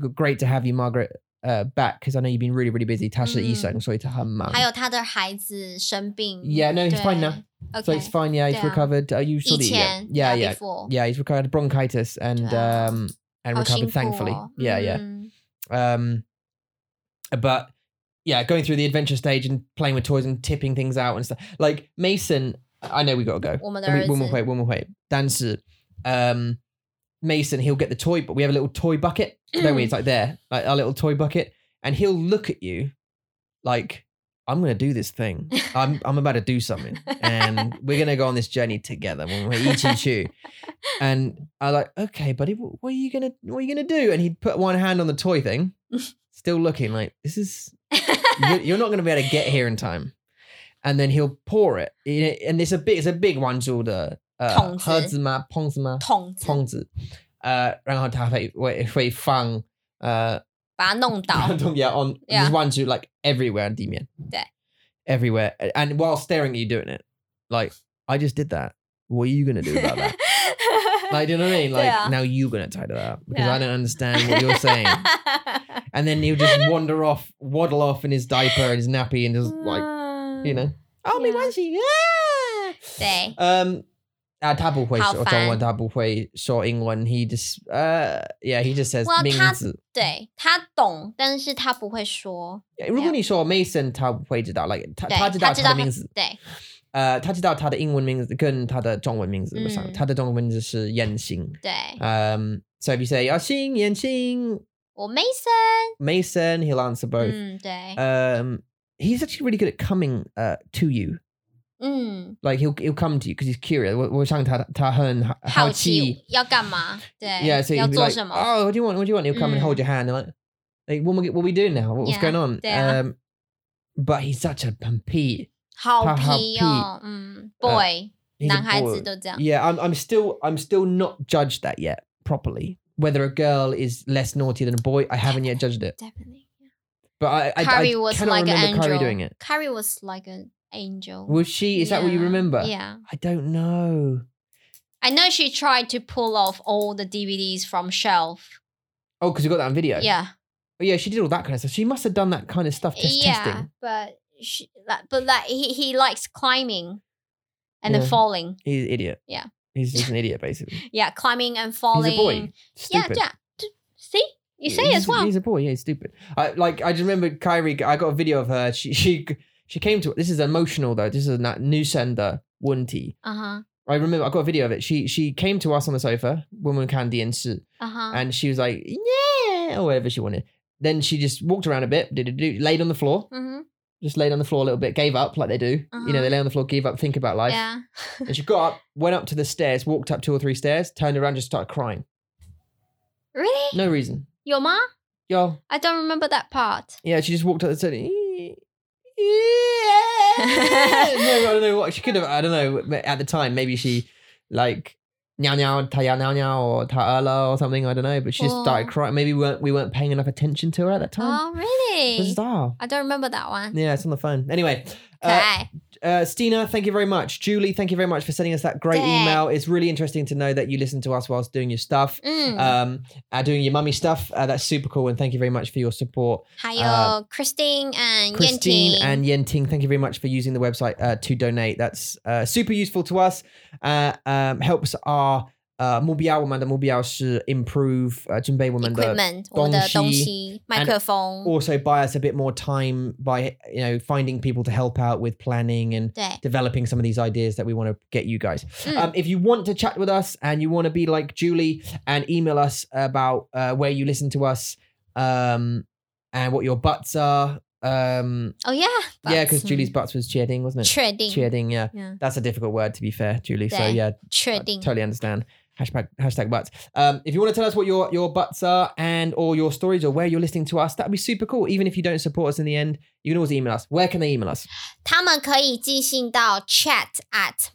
g- great to have you, Margaret, uh, back because I know you've been really really busy. Tasha
Mm.
Isang, sorry to her mum.
还有他的孩子生病。
Yeah, no, he's fine now.
对
So
OK，
it's fine. Yeah, he's
Yeah.
recovered. Are you saw
以
the- yeah,
前
yeah, yeah,
before，
yeah. He's recovered bronchitis and
Yeah.
um and
好辛
recovered
苦
thankfully.
哦
Yeah, yeah.
嗯
Um, but yeah, going through the adventure stage and playing with toys and tipping things out and stuff. Like Mason, I know we gotta go.
我们的
When
儿
we-
子，
when we wait, when we wait. Dancer, um, Mason, he'll get the toy, but we have a little toy bucket. Don't we? It's like there, like our little toy bucket, and he'll look at you, like I'm gonna do this thing. I'm I'm about to do something, and we're gonna go on this journey together when we're each and chew. And I like, okay, buddy, wh- what are you gonna what are you gonna do? And he'd put one hand on the toy thing, still looking like this is you're, you're not gonna be able to get here in time. And then he'll pour it, you know, and it's a big it's a big one called uh, uh
筒子。
盒子吗？筒子吗？
痛子
Uh, 筒子，呃，然后它会会会放呃，
把他弄倒
yeah on
Yeah.
just one to like everywhere on 地面，
对。
everywhere and while staring at you doing it, like I just did that. What are you gonna do about that? like, do you know what I mean? Like
Yeah.
now you're gonna tie that up because
Yeah.
I don't understand what you're saying. and then he'll just wander off, waddle off in his diaper and his nappy, and just like you know, oh
Yeah.
没关系，yeah.
对。
Um, 啊，他不会
好
说
烦。
中文，他不会说英文。He just, uh, yeah, he just says
Well, 他-
名字。
对他懂，但是他不会说。
如果你说 Mason，他会知道，like 他-
对，
他知道
他知道他
他的名字。
对，
uh, 呃，他知道他的英文名字跟他的中文名字，我想，
嗯。
他的中文名字是燕兴。Um,
对
so if you say "Ah, 啊，兴，燕兴，
我 Mason，
Mason, he'll answer both.
嗯，对，
Um, he's actually really good at coming uh to you.
嗯，
Like he'll he'll come to you because he's curious. 我我想他他很好
好奇要干嘛？对
yeah, so
要
he'd be
做
like,
什么？
oh, what do you want? What do you want? He'll come and
Mm.
hold your hand. And like, like what, we- what we doing now? What- What's
Yeah,
going on?
yeah.
Um, but he's such a compete.
好
他好
皮哦，嗯，boy，
Uh, He's a
男孩
boy.
子都这样。
Yeah, I'm, I'm still I'm still not judged that yet properly. Whether a girl is less naughty than a boy, I haven't yet judged it.
Definitely.
But I, I, I
Carrie
cannot
was like an
remember Carrie
angel.
doing it.
Carrie was like an angel.
Was she? Is that what you
Yeah,
remember?
Yeah.
I don't know.
I know she tried to pull off all the DVDs from shelf.
Oh, because we got that on video.
Yeah. Eh,
Oh, yeah, she did all that kind of stuff. She must have done that kind of stuff just
yeah,
testing.
but she, like, but like he, he likes climbing and then
Yeah.
falling.
He's an idiot.
Yeah.
He's just an idiot, basically.
Yeah, climbing and
He's
falling.
a boy.
Yeah,
Stupid.
yeah. D- See, you
Yeah,
say
he's
as
a-
well.
He's a boy. Yeah, he's stupid. I like. I just remember Kyrie. I got a video of her. She she she came to. This is emotional though. This is not new sender Wunti.
Uh huh.
I remember. I got a video of it. She she came to us on the sofa, woman candy and she,
Uh huh.
and she was like yeah or whatever she wanted. Then she just walked around a bit, did do laid on the floor,
Mm-hmm.
just laid on the floor a little bit, gave up like they do. You know,
Uh-huh.
they lay on the floor, give up, think about life.
Yeah.
And she got up, went up to the stairs, walked up two or three stairs, turned around, just started crying.
Really?
No reason.
Your mom?
Yo,
I don't remember that part.
Yeah, she just walked up and said, "Eh, no, I don't know what she could have. I don't know. but At the time, maybe she like meow meow ta ya meow meow or ta ala or something. I don't know. But she just started
Oh.
crying. Maybe we weren't we weren't paying enough attention to her at that
Oh,
time.
really?
Bizarre.
I don't remember that one.
Yeah, it's on the phone. Anyway, uh,
Okay.
uh, Stina, thank you very much. Julie, thank you very much for sending us that great
Yeah.
email. It's really interesting to know that you listen to us whilst doing your stuff,
mm.
um, uh, doing your mummy stuff. Uh, that's super cool, and thank you very much for your support.
Hayo,
uh,
Christine and
Christine
Yenting.
and Yenting, thank you very much for using the website uh, to donate. That's uh, super useful to us. Uh, um, helps our uh, 目标，我们的目标是 improve uh, 准备我们的
equipment 我们的
东
东
西
西、麦克风，
also buy us a bit more time by you know finding people to help out with planning and
对，
developing some of these ideas that we want to get you guys.
Mm.
Um, if you want to chat with us and you want to be like Julie and email us about uh, where you listen to us um, and what your butts are. Um,
哦 yeah，
yeah, because Julie's 嗯 butts was cheering, wasn't it?
确定，
Cheering, yeah.
Yeah.
That's a difficult word to be fair, Julie. So
Yeah.
yeah, I
确定，
totally understand. Hashtag, hashtag butts. Um, if you want to tell us what your, your butts are and or your stories or where you're listening to us, that'd be super cool. Even if you don't support us in the end, you can always email us. Where can they email us?
他们可以寄信到 chat at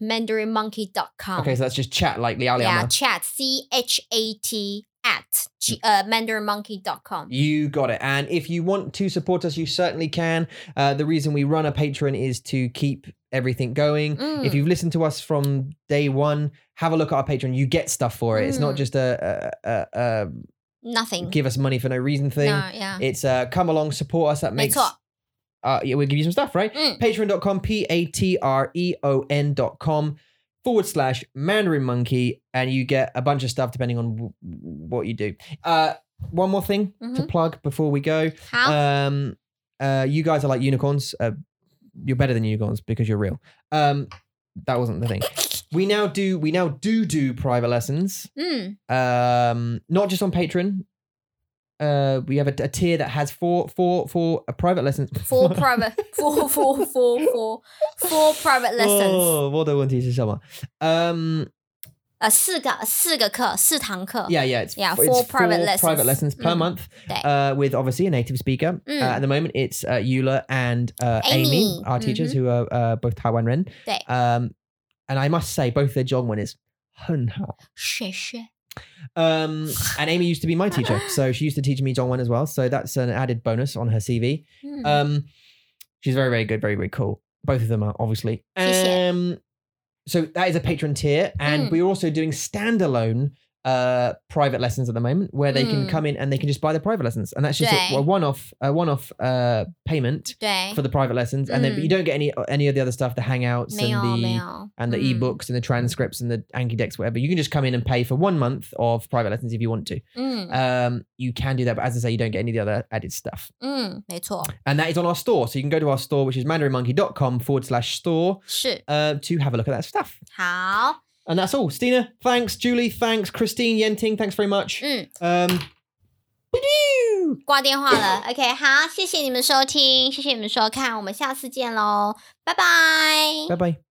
mandarinmonkey.com。
Okay, so that's just chat like Liao Liao
Oh. yeah,
now.
chat c h a t at g 呃 mandarinmonkey.com。
You got it. And if you want to support us, you certainly can. Uh, the reason we run a Patreon is to keep everything going.
Mm.
If you've listened to us from day one, have a look at our Patreon. You get stuff for it. It's not
Mm.
just a, a, a, a
Nothing.
give us money for no reason thing.
No, yeah.
It's uh, come along, support us. That
没
makes
错，
uh, yeah, we'll give you some stuff, right?
Mm.
Patreon.com, P A T R E O N.com forward slash Mandarin Monkey, and you get a bunch of stuff depending on w- what you do. Uh, one more thing to
Mhm.
plug before we go.
好，
Um, uh, you guys are like unicorns. Uh, you're better than unicorns because you're real. Um, that wasn't the thing. We now do we now do do private lessons.
嗯，
Um, not just on Patreon. Uh, we have a, a tier that has four four four uh, private lessons.
four private four four four four four private lessons，
Oh, 我的问题是什么？Um,
呃，四个四个课，四堂课。
yeah, yeah, it's,
Yeah,
it's
four private lessons.
private lessons per
Mm.
month.
对
Uh, with obviously a native speaker.
Mm.
Uh, at the moment, it's uh, Eula and uh, Amy,
Amy. Mm-hmm.
our teachers who are uh, both Taiwan Ren.
对
Um, and I must say, both their Zhongwen is 很好.
学学，
Um, and Amy used to be my teacher, so she used to teach me Zhongwen as well. So that's an added bonus on her CV.
嗯，
Um, she's very, very good, very, very cool. Both of them are obviously.
谢谢。
Um, so that is a patron tier, and
Mm.
we're also doing standalone uh private lessons at the moment where they can
Mm.
come in and they can just buy the private lessons and that's just a,
Right.
a one-off a one-off uh payment
对
for，the private lessons and then but
Mm.
you don't get any any of the other stuff the hangouts
没有
and the
没有，
and the
e book，
ebooks and the transcripts and the Anki decks, whatever. You can just come in and pay for one month of private lessons if you want to.
嗯
Um, you can do that, but as I say, you don't get any of the other added stuff.
嗯，没错，
And that is on our store. So you can go to our store, which is mandarinmonkey.com forward slash store,
是
uh, to have a look at that stuff.
好，
And that's all. Stina, thanks. Julie, thanks. Christine Yenting, thanks very much.
嗯，
Um, woo-doo!
挂电话了，OK，好，谢谢你们收听，谢谢你们收看，我们下次见喽，拜拜。
Bye bye.